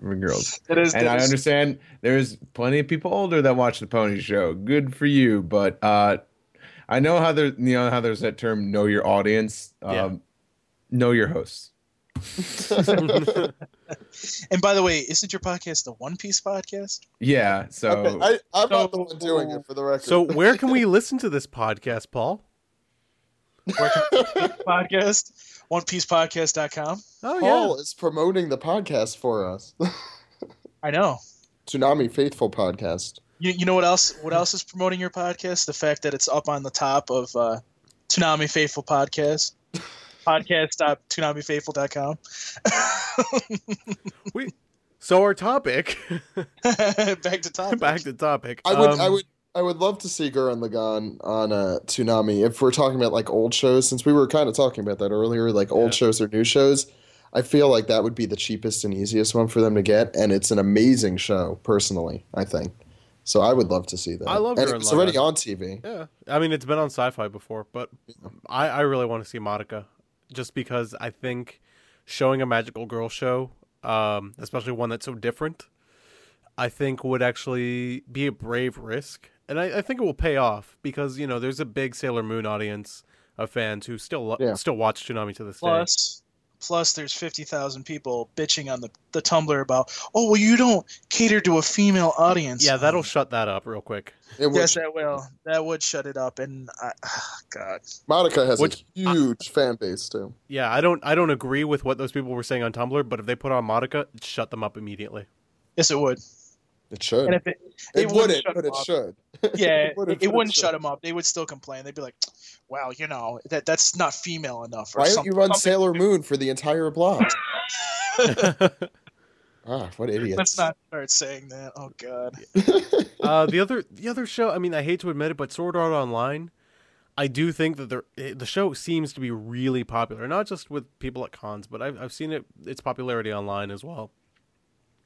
Speaker 5: and girls.
Speaker 3: It is.
Speaker 5: and
Speaker 3: it
Speaker 5: I
Speaker 3: is-
Speaker 5: understand there's plenty of people older that watch the Pony Show. Good for you, but uh, I know how there, you know how there's that term, know your audience, um,
Speaker 2: Yeah.
Speaker 5: know your hosts.
Speaker 3: And by the way, isn't your podcast the One Piece podcast?
Speaker 5: Yeah, so
Speaker 4: okay, I, I'm
Speaker 2: so-
Speaker 4: not the one doing it for the record.
Speaker 2: so where can we listen to this podcast, Paul?
Speaker 3: Podcast. OnePiecePodcast.com.
Speaker 2: Oh
Speaker 4: Paul is promoting the podcast for us. *laughs*
Speaker 3: I know.
Speaker 4: Tsunami Faithful Podcast.
Speaker 3: You, you know what else? What else is promoting your podcast? The fact that it's up on the top of uh, Tsunami Faithful Podcast. Podcast.tunamifaithful.com.
Speaker 2: yeah. We, so our topic,
Speaker 3: *laughs*
Speaker 2: *laughs*
Speaker 3: Back to topic.
Speaker 2: back to topic.
Speaker 4: I would,
Speaker 2: um,
Speaker 4: I would, I would love to see Gurren Lagann on uh, Tsunami. If we're talking about like old shows, since we were kind of talking about that earlier, like old shows or new shows, I feel like that would be the cheapest and easiest one for them to get, and it's an amazing show. Personally, I think. So I would love to see that.
Speaker 2: I love
Speaker 4: and
Speaker 2: Gurren
Speaker 4: it's already
Speaker 2: Lagann.
Speaker 4: on TV.
Speaker 2: Yeah, I mean it's been on Sci-Fi before, but I I really want to see Monica, just because I think showing a magical girl show, um, especially one that's so different, I think would actually be a brave risk, and I, I think it will pay off because you know there's a big Sailor Moon audience of fans who still lo-
Speaker 4: Yeah.
Speaker 2: still watch Tsunami to this day.
Speaker 3: Plus, plus, there's fifty thousand people bitching on the the Tumblr about, oh well, you don't cater to a female audience.
Speaker 2: Yeah, that'll shut that up real quick.
Speaker 4: It would,
Speaker 3: Yes, that will. That would shut it up. And I, ah, God,
Speaker 4: Monica has
Speaker 2: Which-
Speaker 4: a huge fan base too.
Speaker 2: Yeah, I don't I don't agree with what those people were saying on Tumblr, but if they put on Monica, shut them up immediately. *laughs*
Speaker 3: yes, it would.
Speaker 4: It should.
Speaker 3: And
Speaker 4: It,
Speaker 3: if it,
Speaker 4: wouldn't,
Speaker 3: shut
Speaker 4: but
Speaker 3: them
Speaker 4: it
Speaker 3: up.
Speaker 4: should. *laughs*
Speaker 3: Yeah,
Speaker 4: It wouldn't,
Speaker 3: it,
Speaker 4: but it
Speaker 3: wouldn't
Speaker 4: should.
Speaker 3: shut them up. They would still complain. They'd be like, "Well, you know, that that's not female enough." Or
Speaker 4: Why don't
Speaker 3: something.
Speaker 4: you run
Speaker 3: something.
Speaker 4: Sailor Moon for the
Speaker 3: *laughs*
Speaker 4: entire block? ah, what idiots!
Speaker 3: Let's not start saying that. Oh God.
Speaker 2: uh, the other the other show. I mean, I hate to admit it, but Sword Art Online. I do think that there, eh, the show seems to be really popular, not just with people at cons, but I've, I've seen it its popularity online as well.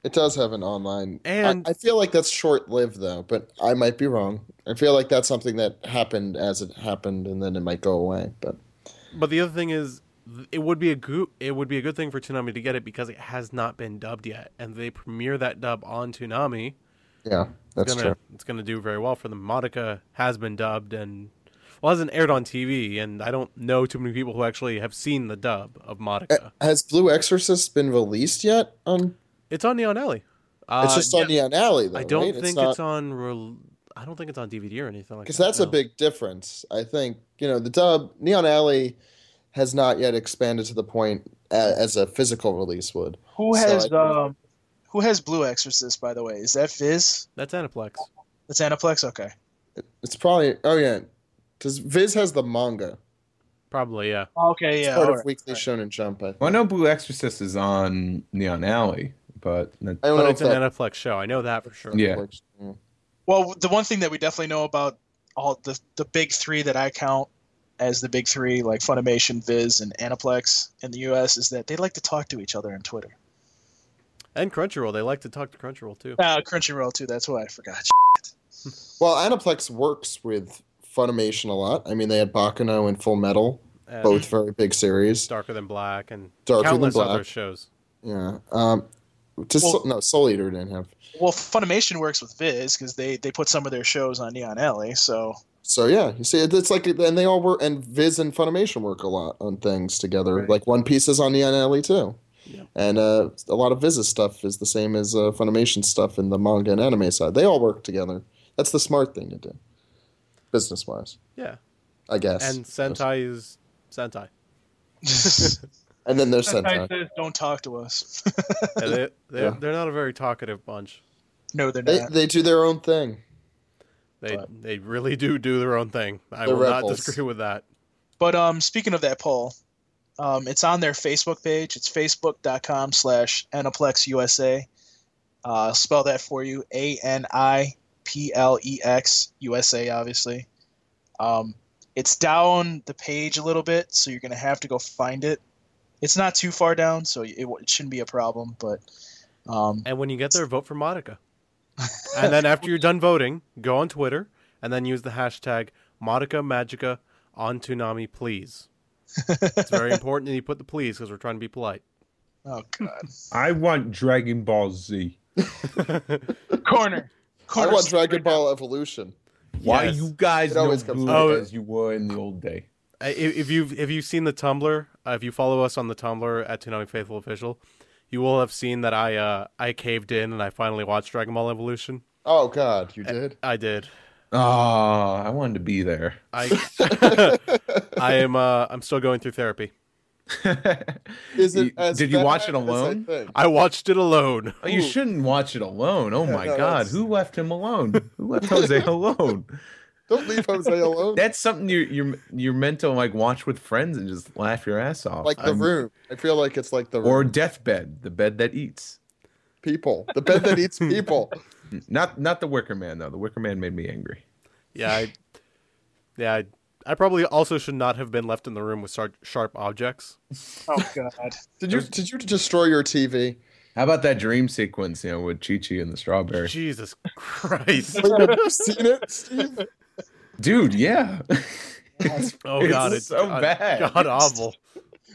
Speaker 4: It does have an online.
Speaker 2: And-
Speaker 4: I, I feel like that's short lived though, but I might be wrong. I feel like that's something that happened as it happened, and then it might go away. But
Speaker 2: But the other thing is, th- it would be a go- it would be a good thing for Toonami to get it because it has not been dubbed yet, and they premiere that dub on Toonami.
Speaker 4: yeah, that's
Speaker 2: gonna,
Speaker 4: true.
Speaker 2: It's going to do very well for them. Monica has been dubbed and well hasn't aired on TV, and I don't know too many people who actually have seen the dub of Monica.
Speaker 4: Has Blue Exorcist been released yet? On
Speaker 2: it's on Neon Alley. Uh,
Speaker 4: it's just on Neon Alley though.
Speaker 2: I don't
Speaker 4: right?
Speaker 2: think it's, on. Rel- I don't think it's on DVD or anything like that.
Speaker 4: because that's a
Speaker 2: no.
Speaker 4: big difference. I think you know the dub Neon Alley has not yet expanded to the point a, as a physical release would.
Speaker 3: Who
Speaker 4: So
Speaker 3: has
Speaker 4: I-
Speaker 3: um, who has Blue Exorcist? By the way, is that Viz?
Speaker 2: That's Aniplex.
Speaker 3: That's Anaplex. Okay.
Speaker 4: It's probably oh yeah, because Viz has the manga.
Speaker 2: Probably, yeah.
Speaker 3: Okay.
Speaker 4: It's
Speaker 3: Yeah.
Speaker 4: part
Speaker 3: all
Speaker 4: of
Speaker 3: right,
Speaker 4: Weekly
Speaker 3: all right.
Speaker 4: Shonen Jump. I, think.
Speaker 5: Well, I know Blue Exorcist is on Neon Alley, but that-
Speaker 4: I don't
Speaker 2: But
Speaker 4: know
Speaker 2: it's
Speaker 4: if
Speaker 2: an
Speaker 4: that
Speaker 2: Aniplex show. I know that for sure.
Speaker 5: yeah,
Speaker 4: works. Yeah.
Speaker 3: Well, the one thing that we definitely know about all the the big three that I count as the big three, like Funimation, Viz, and Aniplex in the U.S., is that they like to talk to each other on Twitter.
Speaker 2: And Crunchyroll. They like to talk to Crunchyroll too.
Speaker 3: Uh, Crunchyroll too. That's why I forgot.
Speaker 4: Well, Aniplex works with Funimation a lot. I mean, they had Bakano and Full Metal,
Speaker 2: And
Speaker 4: both very big series.
Speaker 2: Darker Than Black and
Speaker 4: Darker Than
Speaker 2: countless
Speaker 4: Black.
Speaker 2: other shows.
Speaker 4: Yeah. Um, to
Speaker 3: Well-
Speaker 4: Soul- no, Soul Eater didn't have.
Speaker 3: Well, Funimation works with Viz because they they put some of their shows on Neon Alley. So
Speaker 4: So yeah, you see, it- it's like, and they all were, and Viz and Funimation work a lot on things together.
Speaker 3: Right.
Speaker 4: Like One Piece is on Neon Alley E too,
Speaker 2: Yeah.
Speaker 4: and uh, a lot of Viz's stuff is the same as uh, Funimation stuff in the manga and anime side. They all work together. That's the smart thing to do, business wise,
Speaker 2: Yeah.
Speaker 4: I guess.
Speaker 2: And Sentai is
Speaker 4: *laughs*
Speaker 2: Sentai.
Speaker 4: And then there's Sentai.
Speaker 3: says, don't talk to us. *laughs*
Speaker 2: Yeah, they, they're,
Speaker 4: Yeah.
Speaker 2: they're not a very talkative bunch.
Speaker 3: no, they're
Speaker 4: They
Speaker 3: not.
Speaker 4: they do their own thing.
Speaker 2: They they really do do their own thing. I
Speaker 4: They're
Speaker 2: will not
Speaker 4: rebels.
Speaker 2: disagree with that.
Speaker 3: But um, speaking of that poll, um, it's on their Facebook page. It's facebook.com E slash Aniplex USA. Uh, I'll spell that for you A N I P L E X USA, obviously. Um, it's down the page a little bit, so you're going to have to go find it. It's not too far down, so it, w- it shouldn't be a problem, but. Um,
Speaker 2: And when you get there, vote for Modica. and then after you're done voting, go on Twitter and then use the hashtag Modica Magica on Toonami, please. it's very important that you put the please because we're trying to be polite.
Speaker 3: oh, God.
Speaker 5: I want Dragon Ball Z.
Speaker 3: Corner.
Speaker 4: I
Speaker 3: Corner.
Speaker 4: want Dragon Ball Evolution.
Speaker 5: Why
Speaker 2: Yes.
Speaker 5: you guys
Speaker 4: It
Speaker 5: know
Speaker 4: always comes
Speaker 5: good
Speaker 2: up. Oh.
Speaker 5: as you were in the old day?
Speaker 2: I- if if you've if you've seen the Tumblr, uh, if you follow us on the Tumblr at Toonami Faithful Official, you will have seen that I uh, I caved in and I finally watched Dragon Ball Evolution.
Speaker 4: Oh God, you did.
Speaker 2: I did.
Speaker 5: Oh, I wanted to be there. *laughs*
Speaker 2: I *laughs* I am uh, I'm still going through therapy.
Speaker 4: Is
Speaker 5: You-
Speaker 4: it? as
Speaker 5: did you watch it
Speaker 4: bad as I
Speaker 5: alone?
Speaker 4: think?
Speaker 2: I watched it alone. *laughs*
Speaker 5: Oh, you shouldn't watch it alone. Oh
Speaker 4: *laughs*
Speaker 5: my
Speaker 4: no,
Speaker 5: God,
Speaker 4: that's-
Speaker 5: who left him alone? Who
Speaker 4: *laughs*
Speaker 5: left Jose alone?
Speaker 4: Don't leave
Speaker 5: *laughs*
Speaker 4: Jose alone.
Speaker 5: That's something you you're you're meant to like watch with friends and just laugh your ass off.
Speaker 4: like the
Speaker 5: I'm-
Speaker 4: room. I feel like it's like the room.
Speaker 5: or deathbed, the bed that eats.
Speaker 4: people. The bed that
Speaker 5: *laughs*
Speaker 4: eats people.
Speaker 5: Not not the Wicker Man though. The Wicker Man made me angry.
Speaker 2: Yeah, I, yeah. I, I probably also should not have been left in the room with sar- sharp objects.
Speaker 3: Oh, God.
Speaker 4: Did you did you destroy your TV?
Speaker 5: How about that dream sequence, you know, with Chi Chi and the strawberry? *laughs*
Speaker 2: Jesus Christ!
Speaker 4: Wait, have you seen it, Steve?
Speaker 5: Dude, yeah.
Speaker 2: Oh
Speaker 5: It's
Speaker 2: God, it's
Speaker 5: so
Speaker 2: god-
Speaker 5: bad.
Speaker 2: God awful.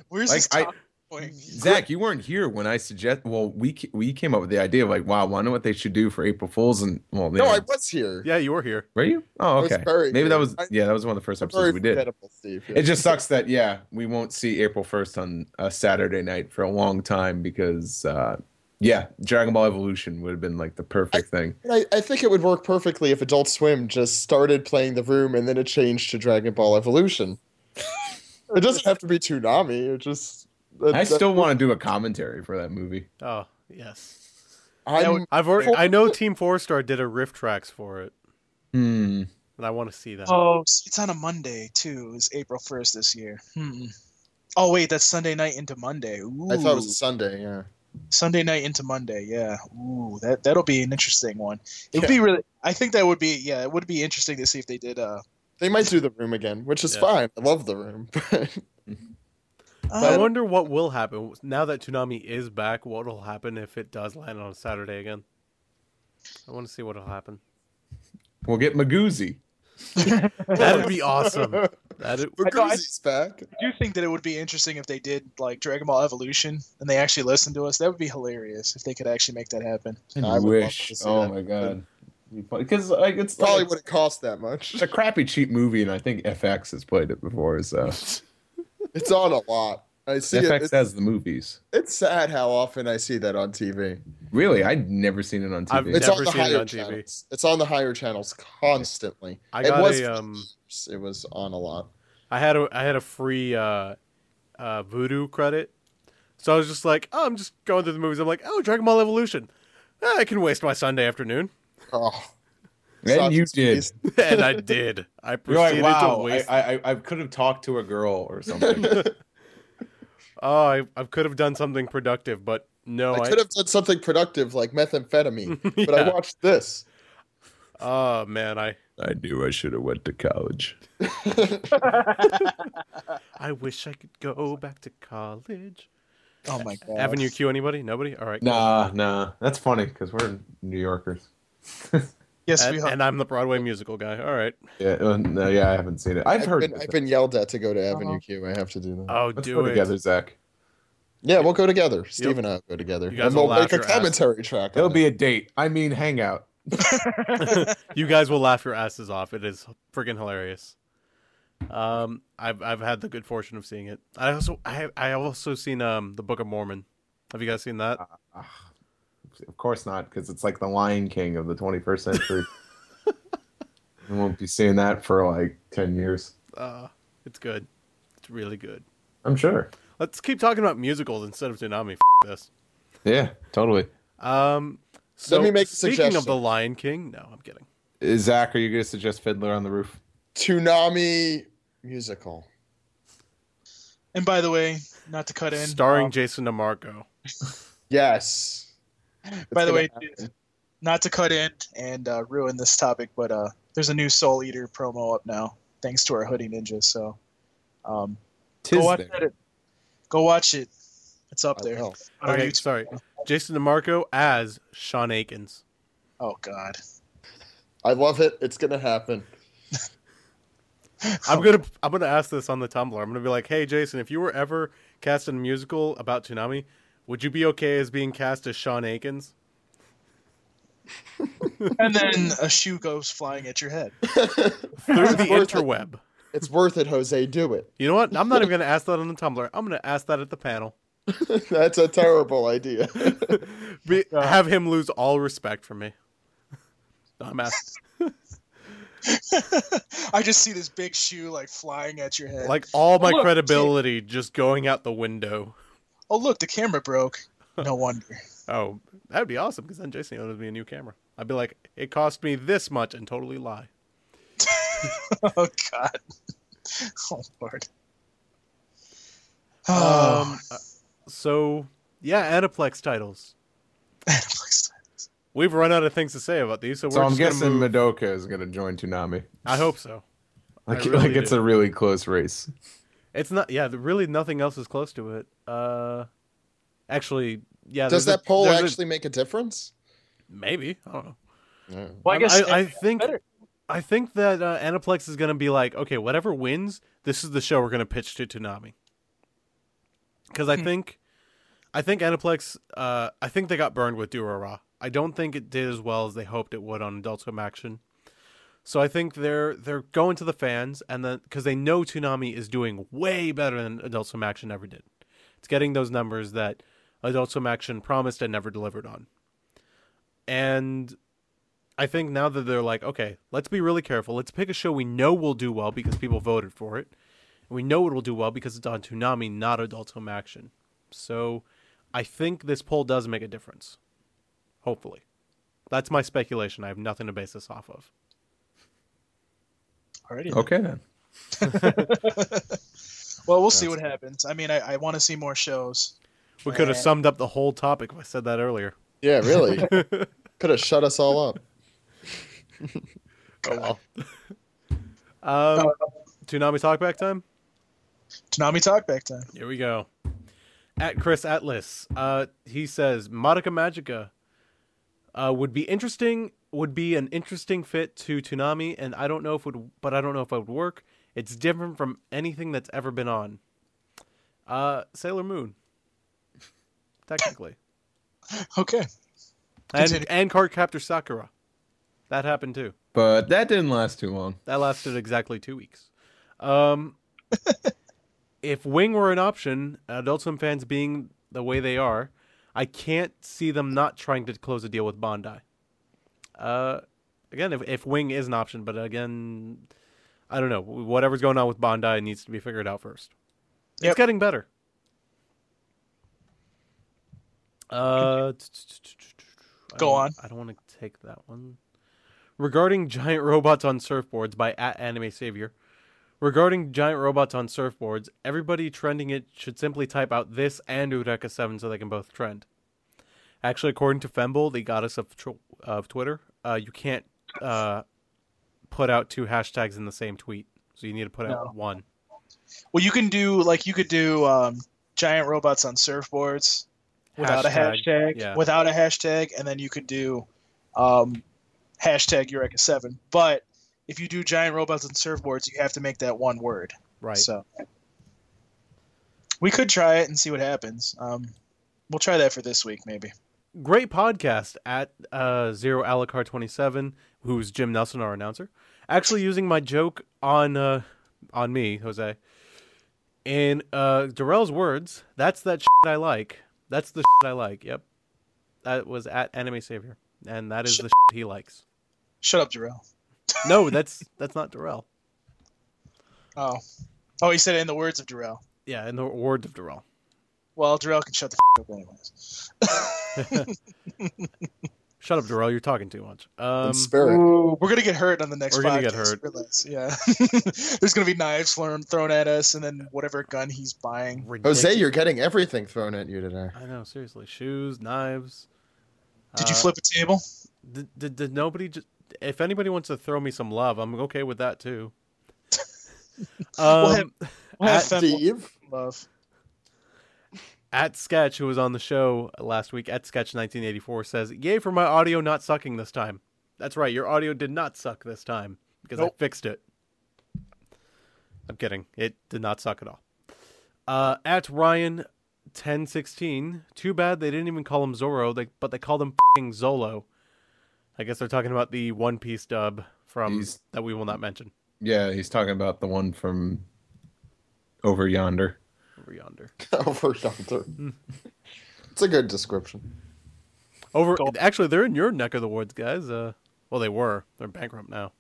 Speaker 3: Where's
Speaker 5: Like,
Speaker 3: this
Speaker 5: I-
Speaker 3: top going?
Speaker 5: Zach, you weren't here when I suggest. Well, we ca- we came up with the idea of like, wow, well, I know what they should do for April Fools, and well,
Speaker 4: No,
Speaker 5: yeah.
Speaker 4: I was here.
Speaker 2: Yeah, you were here.
Speaker 5: were you? Oh,
Speaker 4: was
Speaker 5: okay.
Speaker 4: buried
Speaker 5: Maybe that
Speaker 4: here.
Speaker 5: was
Speaker 4: I-
Speaker 5: yeah, that was one of the first
Speaker 4: Very
Speaker 5: episodes we did.
Speaker 4: forgettable, Steve.
Speaker 5: It just sucks that yeah, we won't see April first on a Saturday night for a long time because uh, yeah, Dragon Ball Evolution would have been like the perfect thing.
Speaker 4: And I, I think it would work perfectly if Adult Swim just started playing the room and then it changed to Dragon Ball Evolution. it doesn't have to be Toonami. It just that-
Speaker 5: I
Speaker 4: that-
Speaker 5: still want to do a commentary for that movie.
Speaker 2: Oh yes.
Speaker 4: I'm-
Speaker 2: I've already. I know Team Four Star did a riff tracks for it,
Speaker 5: Hmm.
Speaker 2: and I want to see that.
Speaker 3: Oh, s- it's on a Monday too. It's April first this year. Hmm. Oh wait, that's Sunday night into Monday. Ooh.
Speaker 4: I thought it was a Sunday. Yeah.
Speaker 3: Sunday night into Monday. Yeah. Ooh, that that'll be an interesting one. It would be really. I think that would be yeah. It would be interesting to see if they did. Uh,
Speaker 4: They might do the room again, which is
Speaker 2: Yeah.
Speaker 4: fine. I love the room. *laughs* but
Speaker 2: I
Speaker 3: uh,
Speaker 2: wonder Oh, what will happen now that Toonami is back. What will happen if it does land on a Saturday again? I want to see what will happen.
Speaker 5: We'll get Magoozy.
Speaker 2: That'd be
Speaker 5: *laughs*
Speaker 2: awesome. That
Speaker 3: know, I-
Speaker 4: Guzzi's back.
Speaker 3: I do think that it would be interesting if they did like Dragon Ball Evolution and they actually listened to us. That would be hilarious if they could actually make
Speaker 2: *laughs*
Speaker 3: that happen.
Speaker 4: I
Speaker 5: I
Speaker 4: would love
Speaker 5: wish.
Speaker 4: to see
Speaker 5: Oh
Speaker 4: that.
Speaker 5: my god. Because like it's like,
Speaker 4: Probably wouldn't cost that much.
Speaker 5: it's a crappy cheap movie, and I think FX has played it before. *laughs* So
Speaker 4: It's on a lot. I see it.
Speaker 5: FX
Speaker 4: It's,
Speaker 5: has the movies.
Speaker 4: it's sad how often I see that on TV.
Speaker 5: Really, I'd never seen it on TV.
Speaker 2: I've
Speaker 4: It's
Speaker 2: never
Speaker 4: on the
Speaker 2: seen it
Speaker 4: higher
Speaker 2: on TV.
Speaker 4: channels. It's on the higher channels constantly.
Speaker 2: I
Speaker 4: It
Speaker 2: got
Speaker 4: was-
Speaker 2: a um.
Speaker 4: It was on a lot.
Speaker 2: I had a I had a free uh, uh, voodoo credit, so I was just like, oh, I'm just going through the movies. I'm like, oh, Dragon Ball Evolution. Eh, I can waste my Sunday
Speaker 5: *laughs*
Speaker 2: afternoon,
Speaker 4: Oh,
Speaker 5: and you
Speaker 4: sausage
Speaker 5: did.
Speaker 4: piece.
Speaker 2: and I did. I
Speaker 5: You're
Speaker 2: proceeded
Speaker 5: like, wow,
Speaker 2: to
Speaker 5: I,
Speaker 2: waste.
Speaker 5: I, I- I could have talked to a girl *laughs* or something.
Speaker 2: oh, I, I could have done something productive, but no,
Speaker 4: I
Speaker 2: Oh, I,
Speaker 4: could have done something productive like methamphetamine,
Speaker 2: *laughs*
Speaker 4: but I
Speaker 2: Yeah.
Speaker 4: watched this.
Speaker 2: oh man, I
Speaker 5: I knew I should have went to college.
Speaker 2: I wish I could go back to college.
Speaker 3: Oh my god.
Speaker 2: Avenue Q, anybody? Nobody? All right.
Speaker 5: Nah, nah, that's funny because we're New Yorkers. *laughs*
Speaker 3: Yes,
Speaker 2: And,
Speaker 3: we.
Speaker 2: and I'm the Broadway musical guy. All right.
Speaker 5: Yeah, uh, no, yeah, I haven't seen it. I've
Speaker 4: I've
Speaker 5: heard.
Speaker 4: been,
Speaker 5: of
Speaker 4: I've
Speaker 5: it.
Speaker 4: been yelled at to go to Avenue
Speaker 3: Uh-huh.
Speaker 4: Q. I have to do that.
Speaker 2: Oh,
Speaker 5: Let's
Speaker 2: do
Speaker 5: go
Speaker 2: it.
Speaker 5: together, Zach.
Speaker 4: yeah, we'll go together. Steve
Speaker 2: Yep.
Speaker 4: and I will go together,
Speaker 2: You guys
Speaker 4: and
Speaker 2: will
Speaker 4: we'll
Speaker 2: laugh
Speaker 4: make a
Speaker 2: your ass-
Speaker 4: commentary track.
Speaker 5: It'll
Speaker 4: on it.
Speaker 5: be a date. I mean, hangout.
Speaker 2: you guys will laugh your asses off. It is freaking hilarious. Um, I've I've had the good fortune of seeing it. I also I have, I have also seen um the Book of Mormon. Have you guys seen that?
Speaker 4: Uh.
Speaker 5: Of course not, because it's like the Lion King of the
Speaker 2: *laughs*
Speaker 5: 21st century. I won't be seeing that for like 10 years.
Speaker 2: Uh, it's good. It's really good.
Speaker 5: I'm sure.
Speaker 2: Let's keep talking about musicals instead of Tsunami. F- this.
Speaker 5: Yeah, totally.
Speaker 2: Um, so
Speaker 4: Let me make a
Speaker 2: speaking of
Speaker 4: suggestion.
Speaker 2: the Lion King, no, I'm kidding.
Speaker 5: Uh, Zach, are you going to suggest Fiddler on the Roof?
Speaker 4: Toonami musical.
Speaker 3: and by the way, not to cut in.
Speaker 2: Starring
Speaker 3: um,
Speaker 2: Jason DeMarco.
Speaker 4: Yes. It's
Speaker 3: by the
Speaker 4: gonna
Speaker 3: way,
Speaker 4: happen.
Speaker 3: not to cut in and uh, ruin this topic, but uh, there's a new Soul Eater promo up now, thanks to our Hoodie Ninja. So um,
Speaker 2: Oh,
Speaker 3: go
Speaker 5: Tis
Speaker 3: watch
Speaker 5: there.
Speaker 3: it. Go watch it. It's up
Speaker 4: I
Speaker 3: there.
Speaker 4: will.
Speaker 3: on our
Speaker 2: Okay,
Speaker 3: YouTube.
Speaker 2: sorry. Jason DeMarco as Sean Akins.
Speaker 3: Oh
Speaker 2: *laughs*
Speaker 3: God.
Speaker 4: I love it. It's gonna happen.
Speaker 2: I'm gonna I'm gonna ask this on the Tumblr. I'm gonna be like, hey Jason, if you were ever cast in a musical about tsunami, would you be okay as being cast as Sean Akins?
Speaker 3: And then a shoe goes flying at your head. *laughs*
Speaker 2: Through the
Speaker 4: Worth it.
Speaker 2: interweb.
Speaker 4: It's worth it, Jose. Do it. *laughs*
Speaker 2: You know what? I'm not even gonna ask that on the Tumblr. I'm gonna ask that at the panel.
Speaker 4: That's a terrible idea. *laughs*
Speaker 2: Be, have him lose all respect for me. *laughs* No, I'm asking.
Speaker 3: I just see this big shoe like flying at your head.
Speaker 2: Like all my
Speaker 3: Look,
Speaker 2: credibility just going out the window.
Speaker 3: oh look, the camera broke.
Speaker 4: *laughs*
Speaker 3: No wonder. *laughs*
Speaker 2: Oh, that'd be awesome because then Jason owes me a new camera. I'd be like, it cost me this much and totally lie.
Speaker 3: oh God. *laughs* Oh Lord.
Speaker 2: Um,
Speaker 3: Um,
Speaker 2: uh, so yeah, Aniplex titles. We've run out of things to say about these, so,
Speaker 5: So
Speaker 2: we're
Speaker 5: I'm
Speaker 2: just gonna
Speaker 5: guessing
Speaker 2: move-
Speaker 5: Madoka is going to join Toonami.
Speaker 2: I hope so. I
Speaker 5: Like,
Speaker 2: really
Speaker 5: like it's
Speaker 2: do.
Speaker 5: a really close race.
Speaker 2: It's not. Yeah, th- really, nothing else is close to it. Uh, actually, yeah.
Speaker 4: Does
Speaker 2: there's a-
Speaker 4: that poll
Speaker 2: there's a-
Speaker 4: actually make a difference?
Speaker 2: maybe? I don't know. Um,
Speaker 3: well, I guess
Speaker 2: I, I think.
Speaker 3: better.
Speaker 2: I think that uh, Aniplex is going to be like, okay, whatever wins, this is the show we're going to pitch to Toonami. Because
Speaker 3: Hmm.
Speaker 2: I think, I think Aniplex, uh, I think they got burned with Durara. I don't think it did as well as they hoped it would on Adult Swim Action. So I think they're they're going to the fans, and then because they know Toonami is doing way better than Adult Swim Action ever did. It's getting those numbers that Adult Swim Action promised and never delivered on. And I think now that they're like, okay, let's be really careful. Let's pick a show we know will do well because people voted for it. And we know it will do well because it's on Toonami, not Adult Swim Action. So I think this poll does make a difference. Hopefully. That's my speculation. I have nothing to base this off of.
Speaker 3: *laughs* Alrighty.
Speaker 5: Okay then.
Speaker 3: Well, we'll see what happens. I mean, I, I want to see more shows.
Speaker 2: We could have summed up the whole topic if I said that earlier.
Speaker 4: Yeah, really.
Speaker 2: *laughs*
Speaker 4: Could have shut us all up.
Speaker 2: Oh well. um, Toonami talkback time?
Speaker 3: Tanami talk back time.
Speaker 2: Here we go. At Chris Atlas, uh, he says Madoka Magica uh, would be interesting. Would be an interesting fit to Toonami, and I don't know if would, but I don't know if it would work. It's different from anything that's ever been on. Uh, Sailor Moon, technically,
Speaker 3: Okay.
Speaker 2: and
Speaker 3: Continue.
Speaker 2: and Cardcaptor Sakura, that happened too.
Speaker 5: But that didn't last too long.
Speaker 2: That lasted exactly two weeks. Um, if Wing were an option, Adult Swim fans being the way they are, I can't see them not trying to close a deal with Bondi. Uh, again, if, if Wing is an option, but again, I don't know. Whatever's going on with Bondi needs to be figured out first. It's
Speaker 3: Yep.
Speaker 2: getting better. Uh, I
Speaker 3: Go
Speaker 2: don't-
Speaker 3: on.
Speaker 2: I don't want to take that one. Regarding giant robots on surfboards by at Anime Savior. Regarding giant robots on surfboards, everybody trending it should simply type out this and Eureka 7 so they can both trend. Actually, according to Femble, the goddess of, tr- of Twitter, uh, you can't uh, put out two hashtags in the same tweet. So you need to put out one.
Speaker 3: Well, you can do like you could do um, giant robots on surfboards without
Speaker 2: Hashtag,
Speaker 3: a hashtag,
Speaker 2: yeah.
Speaker 3: without a hashtag, and then you could do um, hashtag Eureka Seven. But if you do giant robots on surfboards, you have to make that one word.
Speaker 2: Right.
Speaker 3: So we could try it and see what happens. Um, we'll try that for this week, maybe.
Speaker 2: great podcast at uh, zero alacar 27 who's jim nelson our announcer actually using my joke on uh, on me jose in uh, darrell's words that's that shit i like that's the shit i like yep that was at anime savior and that is the shit he likes
Speaker 3: Shut up, Jarrell.
Speaker 2: no that's that's not darrell
Speaker 3: Oh, oh, he said it in the words of Jarrell.
Speaker 2: yeah in the words of darrell
Speaker 3: Well, Jarrell can shut the f- up anyways.
Speaker 2: shut up darrell you're talking too much um,
Speaker 4: in spirit.
Speaker 3: We're gonna get hurt on the next.
Speaker 2: We're gonna get
Speaker 3: podcast,
Speaker 2: hurt.
Speaker 3: realize. Yeah, *laughs* there's gonna be knives thrown thrown at us, and then whatever gun he's buying.
Speaker 4: Jose,
Speaker 2: ridiculous.
Speaker 4: you're getting everything thrown at you today.
Speaker 2: i know seriously shoes knives
Speaker 3: Did you
Speaker 2: Uh,
Speaker 3: flip a table?
Speaker 2: Did, did, did nobody just? If anybody wants to throw me some love, I'm okay with that too.
Speaker 3: *laughs* We'll
Speaker 2: Um,
Speaker 3: We'll have
Speaker 2: at
Speaker 3: fem-
Speaker 4: Steve.
Speaker 3: love.
Speaker 2: At Sketch, who was on the show last week, at Sketch 1984 says, "Yay for my audio not sucking this time." That's right, your audio did not suck this time because
Speaker 3: Nope.
Speaker 2: I fixed it. I'm kidding. It did not suck at all. Uh, at Ryan 1016, too bad they didn't even call him Zorro, they, but they called him fing Zolo. I guess they're talking about the One Piece dub from
Speaker 5: He's-
Speaker 2: that we will not mention
Speaker 5: Yeah, he's talking about the one from over yonder.
Speaker 2: over yonder.
Speaker 4: *laughs* Over yonder.
Speaker 2: Hmm.
Speaker 4: it's a good description.
Speaker 2: Over
Speaker 3: Cool.
Speaker 2: actually, they're in your neck of the woods, guys. Uh, well, they were. They're bankrupt now.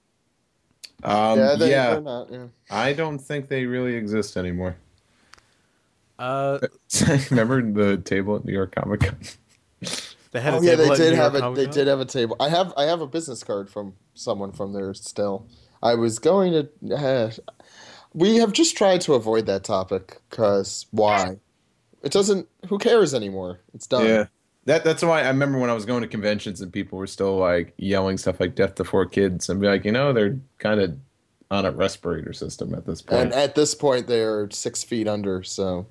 Speaker 5: Um,
Speaker 4: yeah,
Speaker 5: yeah,
Speaker 4: they, are not. Yeah.
Speaker 5: I don't think they really exist anymore. *laughs*
Speaker 2: Uh,
Speaker 5: Remember the table at New York Comic Con?
Speaker 2: They had a
Speaker 4: Oh, yeah,
Speaker 2: table
Speaker 4: they
Speaker 2: at
Speaker 4: did
Speaker 2: New
Speaker 4: have
Speaker 2: York
Speaker 4: a
Speaker 2: Comic
Speaker 4: they
Speaker 2: Con?
Speaker 4: did have a table. I have I have a business card from someone from there still. I was going to. Uh, we have just tried to avoid that topic because why? It doesn't. Who cares anymore? It's done.
Speaker 5: Yeah. Um, That that's why I remember when I was going to conventions and people were still like yelling stuff like "Death to Four Kids" and be like, you know, they're kind of on a respirator system at this point.
Speaker 4: And at this point, they are six feet under. So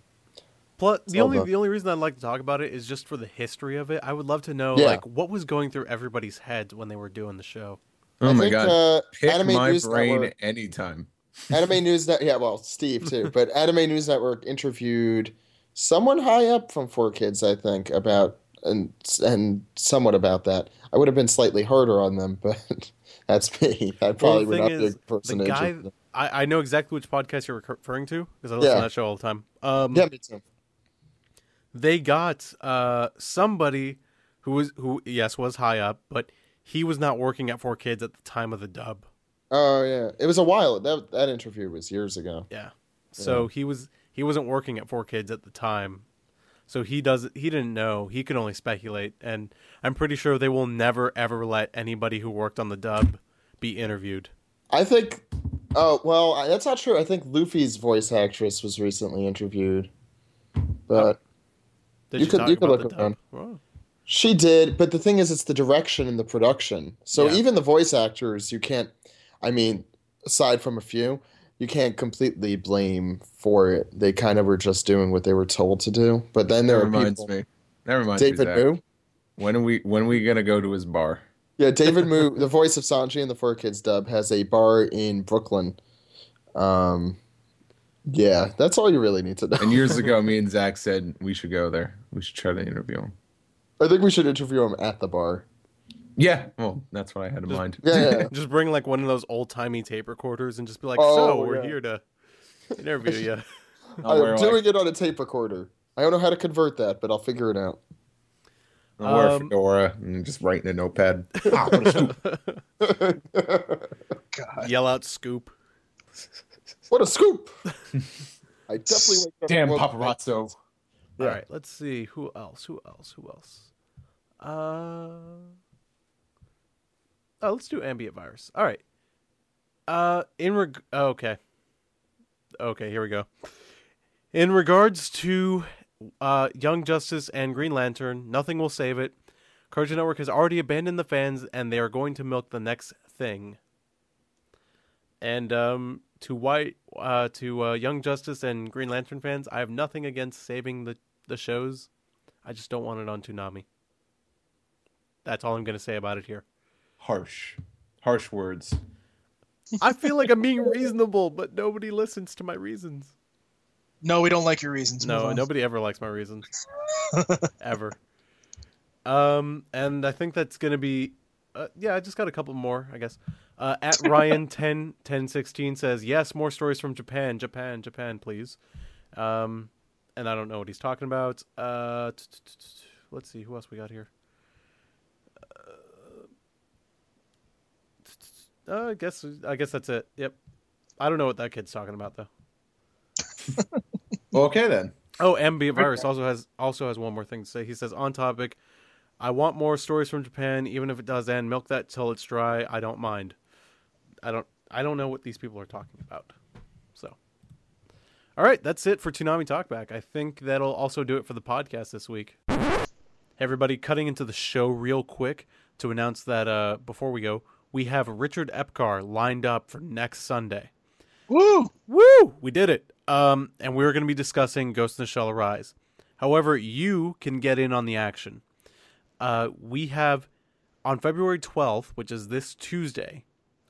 Speaker 2: Plus, the
Speaker 4: all
Speaker 2: only
Speaker 4: the-
Speaker 2: the only reason I'd like to talk about it is just for the history of it. I would love to know
Speaker 4: Yeah.
Speaker 2: like what was going through everybody's heads when they were doing the show.
Speaker 5: oh
Speaker 4: I
Speaker 5: my
Speaker 4: think,
Speaker 5: god,
Speaker 4: Uh,
Speaker 5: pick
Speaker 4: Anime
Speaker 5: my
Speaker 4: News
Speaker 5: brain
Speaker 4: Network.
Speaker 5: anytime.
Speaker 4: Anime News Network. Yeah, well, Steve
Speaker 5: *laughs*
Speaker 4: too. But Anime News Network interviewed someone high up from Four Kids, I think, about and and somewhat about that. I would have been slightly harder on them, *laughs* but that's me. I probably would
Speaker 2: thing
Speaker 4: not be
Speaker 2: is,
Speaker 4: a person.
Speaker 2: the
Speaker 4: to
Speaker 2: guy
Speaker 4: interview them.
Speaker 2: I, I know exactly which podcast you're referring to because I listen
Speaker 4: Yeah.
Speaker 2: to that show all the time. Um,
Speaker 4: Yeah, me too.
Speaker 2: they got uh somebody who was who yes was high up, but he was not working at Four Kids at the time of the dub.
Speaker 4: Oh yeah, it was a while. That that interview was years ago.
Speaker 2: Yeah. So he was he wasn't working at Four Kids at the time. So he does he didn't know. He could only speculate and I'm pretty sure they will never ever let anybody who worked on the dub be interviewed.
Speaker 4: I think. Oh well, I- that's not true. I think Luffy's voice actress was recently interviewed,
Speaker 5: Oh.
Speaker 4: but
Speaker 2: Did
Speaker 4: You
Speaker 2: you,
Speaker 4: could-
Speaker 2: talk
Speaker 4: you could
Speaker 2: about
Speaker 4: look
Speaker 2: the
Speaker 4: it up.
Speaker 2: dub? Oh.
Speaker 4: She did, but the thing is, it's the direction and the production. So
Speaker 2: Yeah.
Speaker 4: even the voice actors, you can't. I mean, aside from a few, you can't completely blame for it. They kind of were just doing what they were told to do. But then there
Speaker 5: That
Speaker 4: are
Speaker 5: reminds
Speaker 4: people.
Speaker 5: me. That reminds me.
Speaker 4: David
Speaker 5: Zach.
Speaker 4: Moo.
Speaker 5: When are we when are we gonna go to his bar?
Speaker 4: Yeah, David Moo, the voice of Sanji in the Four Kids dub, has a bar in Brooklyn. Um, yeah, that's all you really need to know.
Speaker 5: And years ago, me and Zach said we should go there. We should try to interview him.
Speaker 4: I think we should interview him at the bar.
Speaker 5: Yeah, well, that's what I had in
Speaker 2: Just-
Speaker 5: mind.
Speaker 4: Yeah, yeah.
Speaker 2: Just bring like one of those old timey tape recorders and just be like, so
Speaker 4: Oh,
Speaker 2: we're
Speaker 4: yeah.
Speaker 2: here to interview
Speaker 4: *laughs*
Speaker 2: you.
Speaker 5: *laughs* I'll wear,
Speaker 4: I'm
Speaker 5: like,
Speaker 4: doing it on a tape recorder. I don't know how to convert that, but I'll figure it out.
Speaker 5: I'll wear a
Speaker 2: Um,
Speaker 5: fedora and just write in
Speaker 4: *laughs*
Speaker 5: a notepad. *laughs*
Speaker 3: God.
Speaker 2: Yell out scoop.
Speaker 4: What a
Speaker 5: *laughs*
Speaker 4: scoop! I definitely wake up.
Speaker 5: Damn
Speaker 4: well,
Speaker 5: paparazzo.
Speaker 4: Yeah.
Speaker 2: All right, let's see who else. Who else? Who else? Uh, oh, let's do ambient virus. All right. Uh, in reg- oh, okay, okay, here we go. In regards to uh, Young Justice and Green Lantern, nothing will save it. Cartoon Network has already abandoned the fans, and they are going to milk the next thing. And um, to white, uh, to uh, Young Justice and Green Lantern fans, I have nothing against saving the the shows. I just don't want it on Toonami. That's all I'm going to say about it here.
Speaker 5: Harsh. Harsh words.
Speaker 2: I feel like I'm being reasonable, but nobody listens to my reasons.
Speaker 3: No, we don't like your reasons. Move
Speaker 2: No,
Speaker 3: on.
Speaker 2: nobody ever likes my
Speaker 3: *laughs*
Speaker 2: reasons. ever. Um, and I think that's gonna be, uh, yeah, I just got a couple more, I guess. Uh, at
Speaker 3: *laughs*
Speaker 2: Ryan 10, 1016 says, yes, more stories from Japan, Japan, Japan, please. Um, and I don't know what he's talking about. Uh, t- t- t- t- let's see, who else we got here? Uh, t- t- t- uh, I guess, I guess that's it. Yep. I don't know what that kid's talking about though.
Speaker 5: Well, okay then.
Speaker 2: Oh, ambient virus also has also has one more thing to say. He says on topic, I want more stories from Japan, even if it does end. Milk that till it's dry. I don't mind. I don't I don't know what these people are talking about. So, all right, that's it for Toonami Talkback. I think that'll also do it for the podcast this week. Everybody, cutting into the show real quick to announce that uh, before we go, we have Richard Epcar lined up for next Sunday.
Speaker 3: Woo!
Speaker 2: Woo! We did it. Um, and we're going to be discussing Ghost in the Shell Arise. However, you can get in on the action. Uh, we have on February 12th, which is this Tuesday,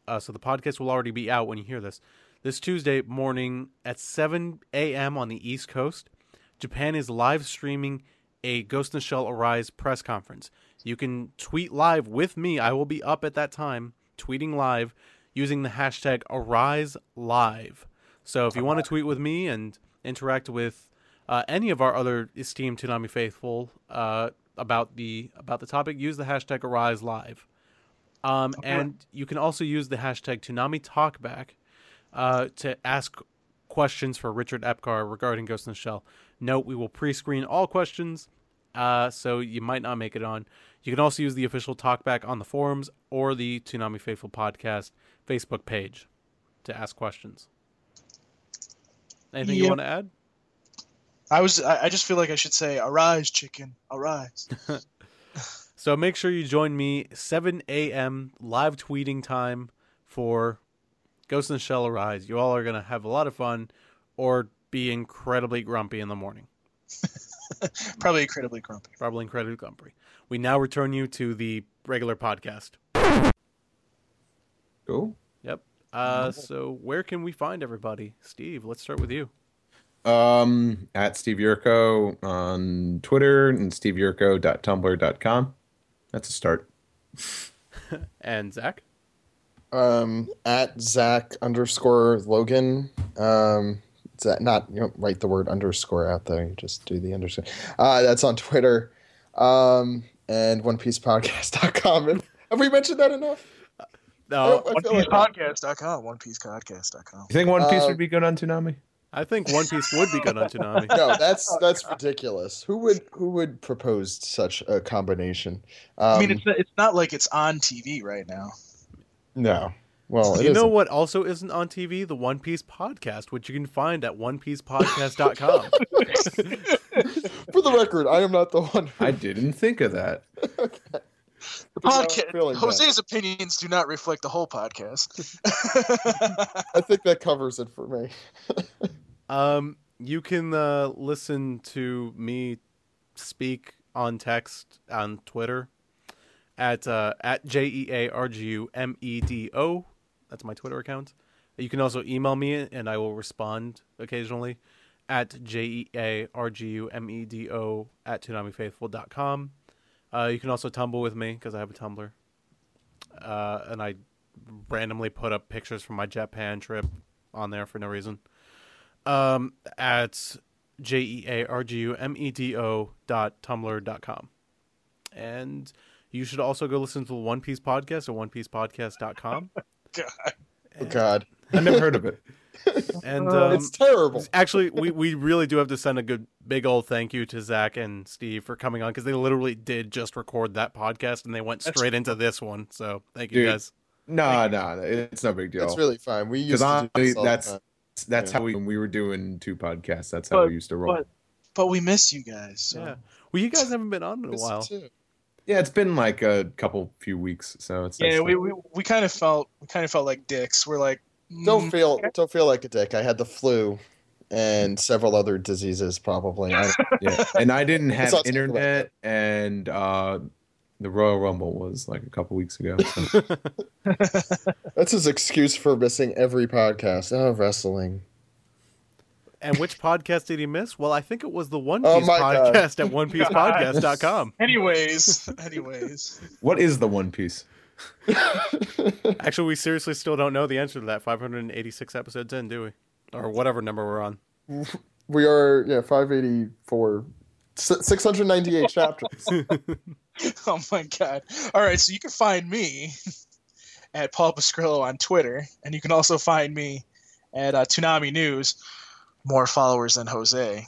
Speaker 2: uh, so the podcast will already be out when you hear this. This Tuesday morning at 7 a.m. on the East Coast, Japan is live streaming a Ghost in the Shell Arise press conference. You can tweet live with me. I will be up at that time, tweeting live using the hashtag Arise Live. So if you want to tweet with me and interact with uh, any of our other esteemed Toonami faithful uh, about the about the topic, use the hashtag Arise Live. Um, And you can also use the hashtag Toonami Talkback uh, to ask questions for Richard Epcar regarding Ghost in the Shell. Note, we will pre screen all questions, uh, so you might not make it on. You can also use the official Talkback on the forums or the Toonami Faithful Podcast Facebook page to ask questions. Anything you
Speaker 3: Yeah.
Speaker 2: want to add?
Speaker 3: I was. I, I just feel like I should say, "Arise, chicken, arise." *laughs*
Speaker 2: So make sure you join me 7 a.m. live tweeting time for Ghost in the Shell Arise. You all are going to have a lot of fun or be incredibly grumpy in the morning.
Speaker 3: Probably incredibly grumpy.
Speaker 2: Probably incredibly grumpy. We now return you to the regular podcast.
Speaker 5: Cool.
Speaker 2: Yep. Uh, so where can we find everybody? Steve, let's start with you.
Speaker 5: Um, at Steve Yurko on Twitter and steveyurko.tumblr.com. That's a start.
Speaker 2: And Zach?
Speaker 4: Um, at Zach underscore Logan. Um, it's at- not you don't write the word underscore out there. You just do the underscore. Uh, that's on Twitter. Um, and onepiecepodcast.com. Have we mentioned that enough?
Speaker 5: Uh,
Speaker 2: No,
Speaker 4: I feel like-
Speaker 3: OnePiecePodcast.com. OnePiecePodcast.com.
Speaker 5: You think One Piece
Speaker 4: Uh,
Speaker 5: would be good on Toonami?
Speaker 2: I think One Piece would be good on Toonami.
Speaker 4: no, that's that's ridiculous. Who would who would propose such a combination? Um,
Speaker 3: I mean, it's, it's not like it's on TV right now.
Speaker 4: no. *laughs* Well, it
Speaker 2: you know
Speaker 4: *laughs* isn't.
Speaker 2: what also isn't on TV? The One Piece podcast, which you can find at onepiecepodcast.com.
Speaker 4: For the record, I am not the one. Who *laughs*
Speaker 5: I didn't think of that.
Speaker 4: the
Speaker 3: Podcast. Jose's opinions do not reflect the whole podcast.
Speaker 4: I think that covers it for me. Oh,
Speaker 2: Um, you can uh, listen to me speak on text on Twitter at uh, at j e a r g u m e d o. That's my Twitter account. You can also email me, and I will respond occasionally at j e a r g u m e d o at tunamifaithful.com. Uh, you can also tumble with me because I have a Tumblr, uh, and I randomly put up pictures from my Japan trip on there for no reason um, at j e a r g u m e d o dot tumblr dot com, and you should also go listen to the One Piece podcast at
Speaker 4: *laughs*
Speaker 2: onepiecepodcast.com.
Speaker 3: God.
Speaker 4: Oh, God,
Speaker 5: I never heard of it.
Speaker 2: And um,
Speaker 4: Oh, it's terrible.
Speaker 2: actually, we, we really do have to send a good big old thank you to Zach and Steve for coming on because they literally did just record that podcast and they went straight into this one. So thank you
Speaker 5: Dude.
Speaker 2: guys.
Speaker 5: *laughs* No, no, it's no big deal.
Speaker 4: It's really fine. We used
Speaker 5: because
Speaker 4: to do
Speaker 5: honestly,
Speaker 4: this all the
Speaker 5: that's
Speaker 4: time.
Speaker 5: that's
Speaker 4: Yeah.
Speaker 5: how we when we were doing two podcasts. That's how
Speaker 3: But-
Speaker 5: we used to roll.
Speaker 3: but- But we miss you guys. So.
Speaker 2: Yeah. Well, you guys haven't been on in a
Speaker 4: This
Speaker 2: while.
Speaker 4: too.
Speaker 5: yeah, it's been like a couple few weeks, so it's nice
Speaker 3: Yeah,
Speaker 5: to-
Speaker 3: we, we, we kind of felt we kind of felt like dicks. We're like,
Speaker 4: Don't
Speaker 3: mm,
Speaker 4: feel don't feel like a dick. I had the flu and several other diseases probably.
Speaker 2: *laughs*
Speaker 4: I,
Speaker 5: yeah. And I *laughs* didn't have
Speaker 4: all talk about
Speaker 5: internet, and uh, the Royal Rumble was like a couple weeks ago. so-
Speaker 4: that's his excuse for missing every podcast. Oh, wrestling.
Speaker 2: And which podcast did he miss? Well, I think it was the One Piece
Speaker 4: Oh my God.
Speaker 2: podcast
Speaker 4: *laughs*
Speaker 2: at onepiecepodcast.com.
Speaker 3: anyways, *laughs* anyways.
Speaker 5: what is the One Piece?
Speaker 2: Actually, we seriously still don't know the answer to that 586 episodes in, do we? Or whatever number we're on.
Speaker 4: We are yeah, 584 s-
Speaker 2: *laughs*
Speaker 4: 698 chapters.
Speaker 3: Oh my god! All right, so you can find me *laughs* at Paul Pascrillo on Twitter, and you can also find me at uh, Toonami News. More followers than Jose.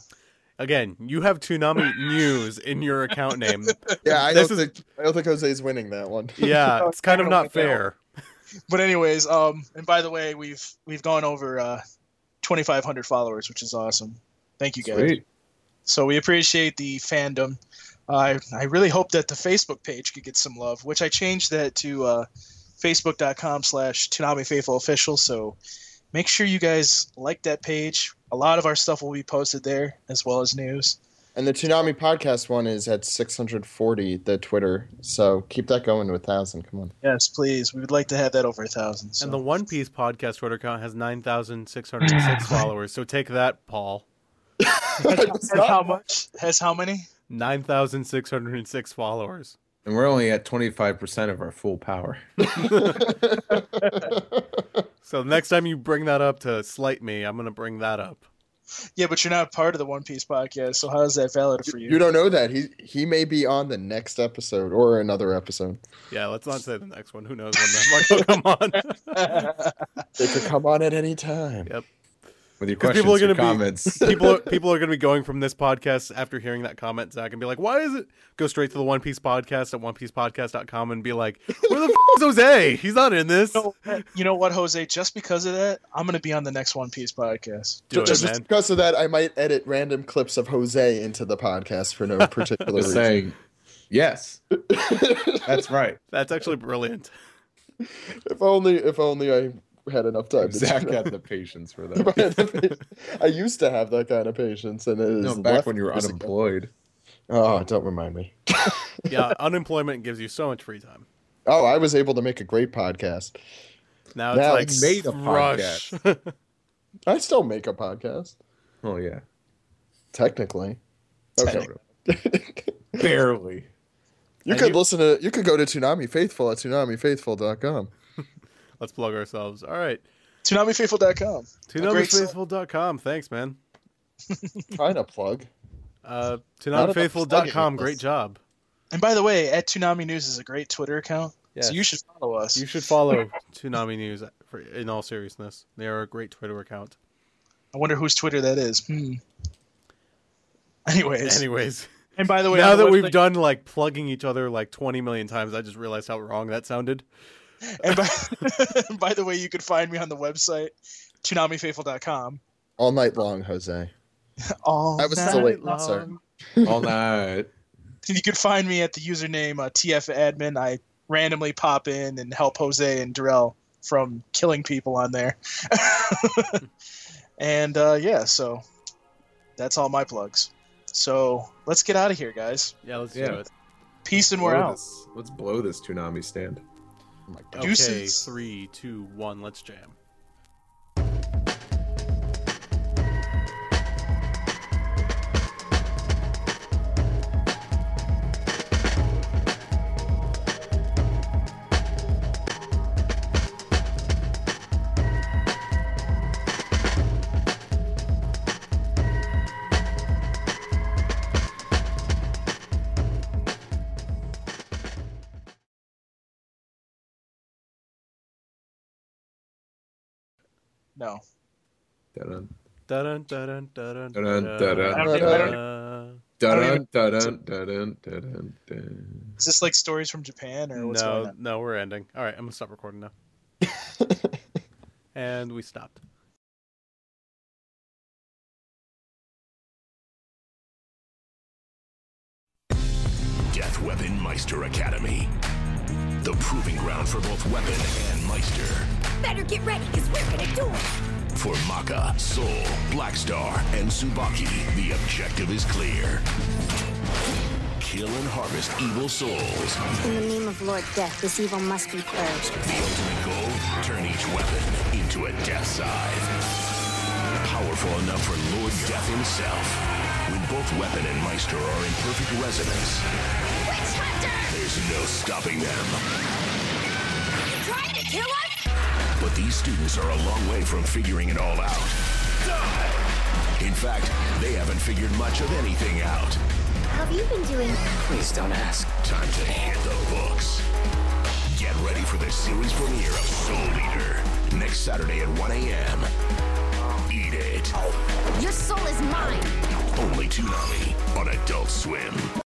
Speaker 2: Again, you have Toonami News in your account name.
Speaker 4: Yeah, I
Speaker 2: This
Speaker 4: don't
Speaker 2: is-
Speaker 4: think I don't think Jose's winning that *laughs* one.
Speaker 2: Yeah, it's kind of not
Speaker 3: Okay.
Speaker 2: fair.
Speaker 3: But anyways, um, and by the way, we've we've gone over uh, 2,500 followers, which is awesome. Thank you guys.
Speaker 5: Sweet.
Speaker 3: So we appreciate the fandom. I I really hope that the Facebook page could get some love, which I changed that to uh, facebook.com slash Toonami Faithful Official. So make sure you guys like that page. A lot of our stuff will be posted there as well as news.
Speaker 4: And the Toonami podcast one is at 640, the Twitter. So keep that going to a 1,000. Come on.
Speaker 3: Yes, please. We would like to have that over a thousand. So.
Speaker 2: And the One Piece podcast Twitter account has 9,606 followers. So take that, Paul.
Speaker 4: It's
Speaker 3: has
Speaker 4: not-
Speaker 3: how much? Has how many?
Speaker 2: 9,606 followers.
Speaker 5: And we're only at 25% of our full power.
Speaker 2: So next time you bring that up to slight me, I'm going to bring that up.
Speaker 3: Yeah, but you're not part of the One Piece podcast, so how is that valid for you?
Speaker 4: you don't know that. He he may be on the next episode or another episode.
Speaker 2: Yeah, let's not say the next one. Who knows when that might come on?
Speaker 4: They could come on at any time.
Speaker 5: With your
Speaker 2: 'Cause
Speaker 5: questions,
Speaker 2: people are gonna
Speaker 5: your
Speaker 2: be-
Speaker 5: comments. *laughs*
Speaker 2: people are, people are going to be going from this podcast after hearing that comment, Zach, and be like, "Why is it?" Go straight to the One Piece podcast at onepiecepodcast.com and be like, "Where the f- is Jose? He's not in this."
Speaker 3: You know- you know what, Jose? Just because of that, I'm going to be on the next One Piece podcast.
Speaker 2: Do it,
Speaker 4: Just
Speaker 2: man.
Speaker 4: because of that, I might edit random clips of Jose into the podcast for no *laughs* particular
Speaker 5: Just
Speaker 4: reason.
Speaker 5: saying, yes, that's right.
Speaker 2: That's actually brilliant.
Speaker 4: If only, if only I had enough time. to do
Speaker 5: Zach
Speaker 4: that.
Speaker 5: had the patience for
Speaker 4: *laughs* If I
Speaker 5: that.
Speaker 4: had the pa- I used to have that kind of patience, and it is
Speaker 5: No, back
Speaker 4: left
Speaker 5: when you were
Speaker 4: years ago.
Speaker 5: unemployed.
Speaker 4: Oh, don't remind me.
Speaker 2: Yeah, unemployment gives you so much free time.
Speaker 4: Oh, I was able to make a great podcast.
Speaker 2: Now
Speaker 4: Now
Speaker 2: it's
Speaker 4: it's
Speaker 2: like
Speaker 5: made a
Speaker 2: rush. *laughs*
Speaker 4: I still make a podcast,
Speaker 5: Oh yeah,
Speaker 4: technically. *laughs* Okay.
Speaker 5: barely.
Speaker 4: you
Speaker 2: And
Speaker 4: could
Speaker 2: you-
Speaker 4: listen to. You could go to Toonami Faithful at ToonamiFaithful.com.
Speaker 2: Let's plug ourselves. All right,
Speaker 3: ToonamiFaithful.com. great site.
Speaker 2: ToonamiFaithful.com. Thanks, man.
Speaker 4: Kind of plug.
Speaker 2: Uh,
Speaker 4: enough plugging
Speaker 2: ToonamiFaithful.com.
Speaker 4: with
Speaker 2: Great
Speaker 4: this.
Speaker 2: job.
Speaker 3: And by the way, at Toonami News is a great Twitter account,
Speaker 2: Yes.
Speaker 3: so you should follow us.
Speaker 2: You should follow Toonami News. For, in all seriousness, they are a great Twitter account.
Speaker 3: I wonder whose Twitter that is. Hmm. Anyways,
Speaker 2: Anyways.
Speaker 3: and by the way,
Speaker 2: now
Speaker 3: on the
Speaker 2: that we've
Speaker 3: website-
Speaker 2: done like plugging each other like 20 million times, I just realized how wrong that sounded.
Speaker 3: and by, *laughs* by the way, you could find me on the website ToonamiFaithful.com.
Speaker 4: All night long, Jose.
Speaker 3: All
Speaker 4: I was
Speaker 3: night
Speaker 4: still waiting.
Speaker 3: long.
Speaker 4: Sorry.
Speaker 5: All night.
Speaker 3: You could find me at the username uh, TFAdmin. I randomly pop in and help Jose and Darrell from killing people on there. *laughs* and uh, yeah, so that's all my plugs. So let's get out of here, guys.
Speaker 2: Yeah, let's
Speaker 5: Yeah.
Speaker 2: do it.
Speaker 3: Peace and we're
Speaker 5: Blow
Speaker 3: out.
Speaker 5: this- Let's blow this tsunami stand.
Speaker 4: Oh
Speaker 2: Okay,
Speaker 3: Deuces.
Speaker 2: three, two, one, let's jam.
Speaker 3: No.
Speaker 5: Dun
Speaker 2: Dun dun dun dun
Speaker 5: Dun, dun, dun,
Speaker 3: I don't think- I don't-
Speaker 5: dun dun dun dun dun dun.
Speaker 3: Is this like stories from Japan or what's going
Speaker 2: No,
Speaker 3: on?
Speaker 2: no, we're ending. All right, I'm gonna stop recording
Speaker 3: *laughs*
Speaker 2: now. and we stopped.
Speaker 6: Death Weapon Meister Academy. The proving ground for both weapon and Meister.
Speaker 7: Better get ready, because we're gonna do it.
Speaker 6: For Maka, Soul, Black Star, and Tsubaki, the objective is clear. Kill and harvest evil souls.
Speaker 7: In the name of Lord Death, this evil must be purged.
Speaker 6: The ultimate goal, turn each weapon into a death scythe. Powerful enough for Lord Death himself. When both weapon and Meister are in perfect resonance,
Speaker 7: Witch Hunter!
Speaker 6: there's no stopping them.
Speaker 7: You're trying to kill us?
Speaker 6: But these students are a long way from figuring it all out. In fact, they haven't figured much of anything out.
Speaker 7: How have you been doing?
Speaker 6: Please don't ask. Time to hit the books. Get ready for the series premiere of Soul Eater next Saturday at 1 a.m. Eat it.
Speaker 7: Your soul is mine.
Speaker 6: Only Toonami on Adult Swim.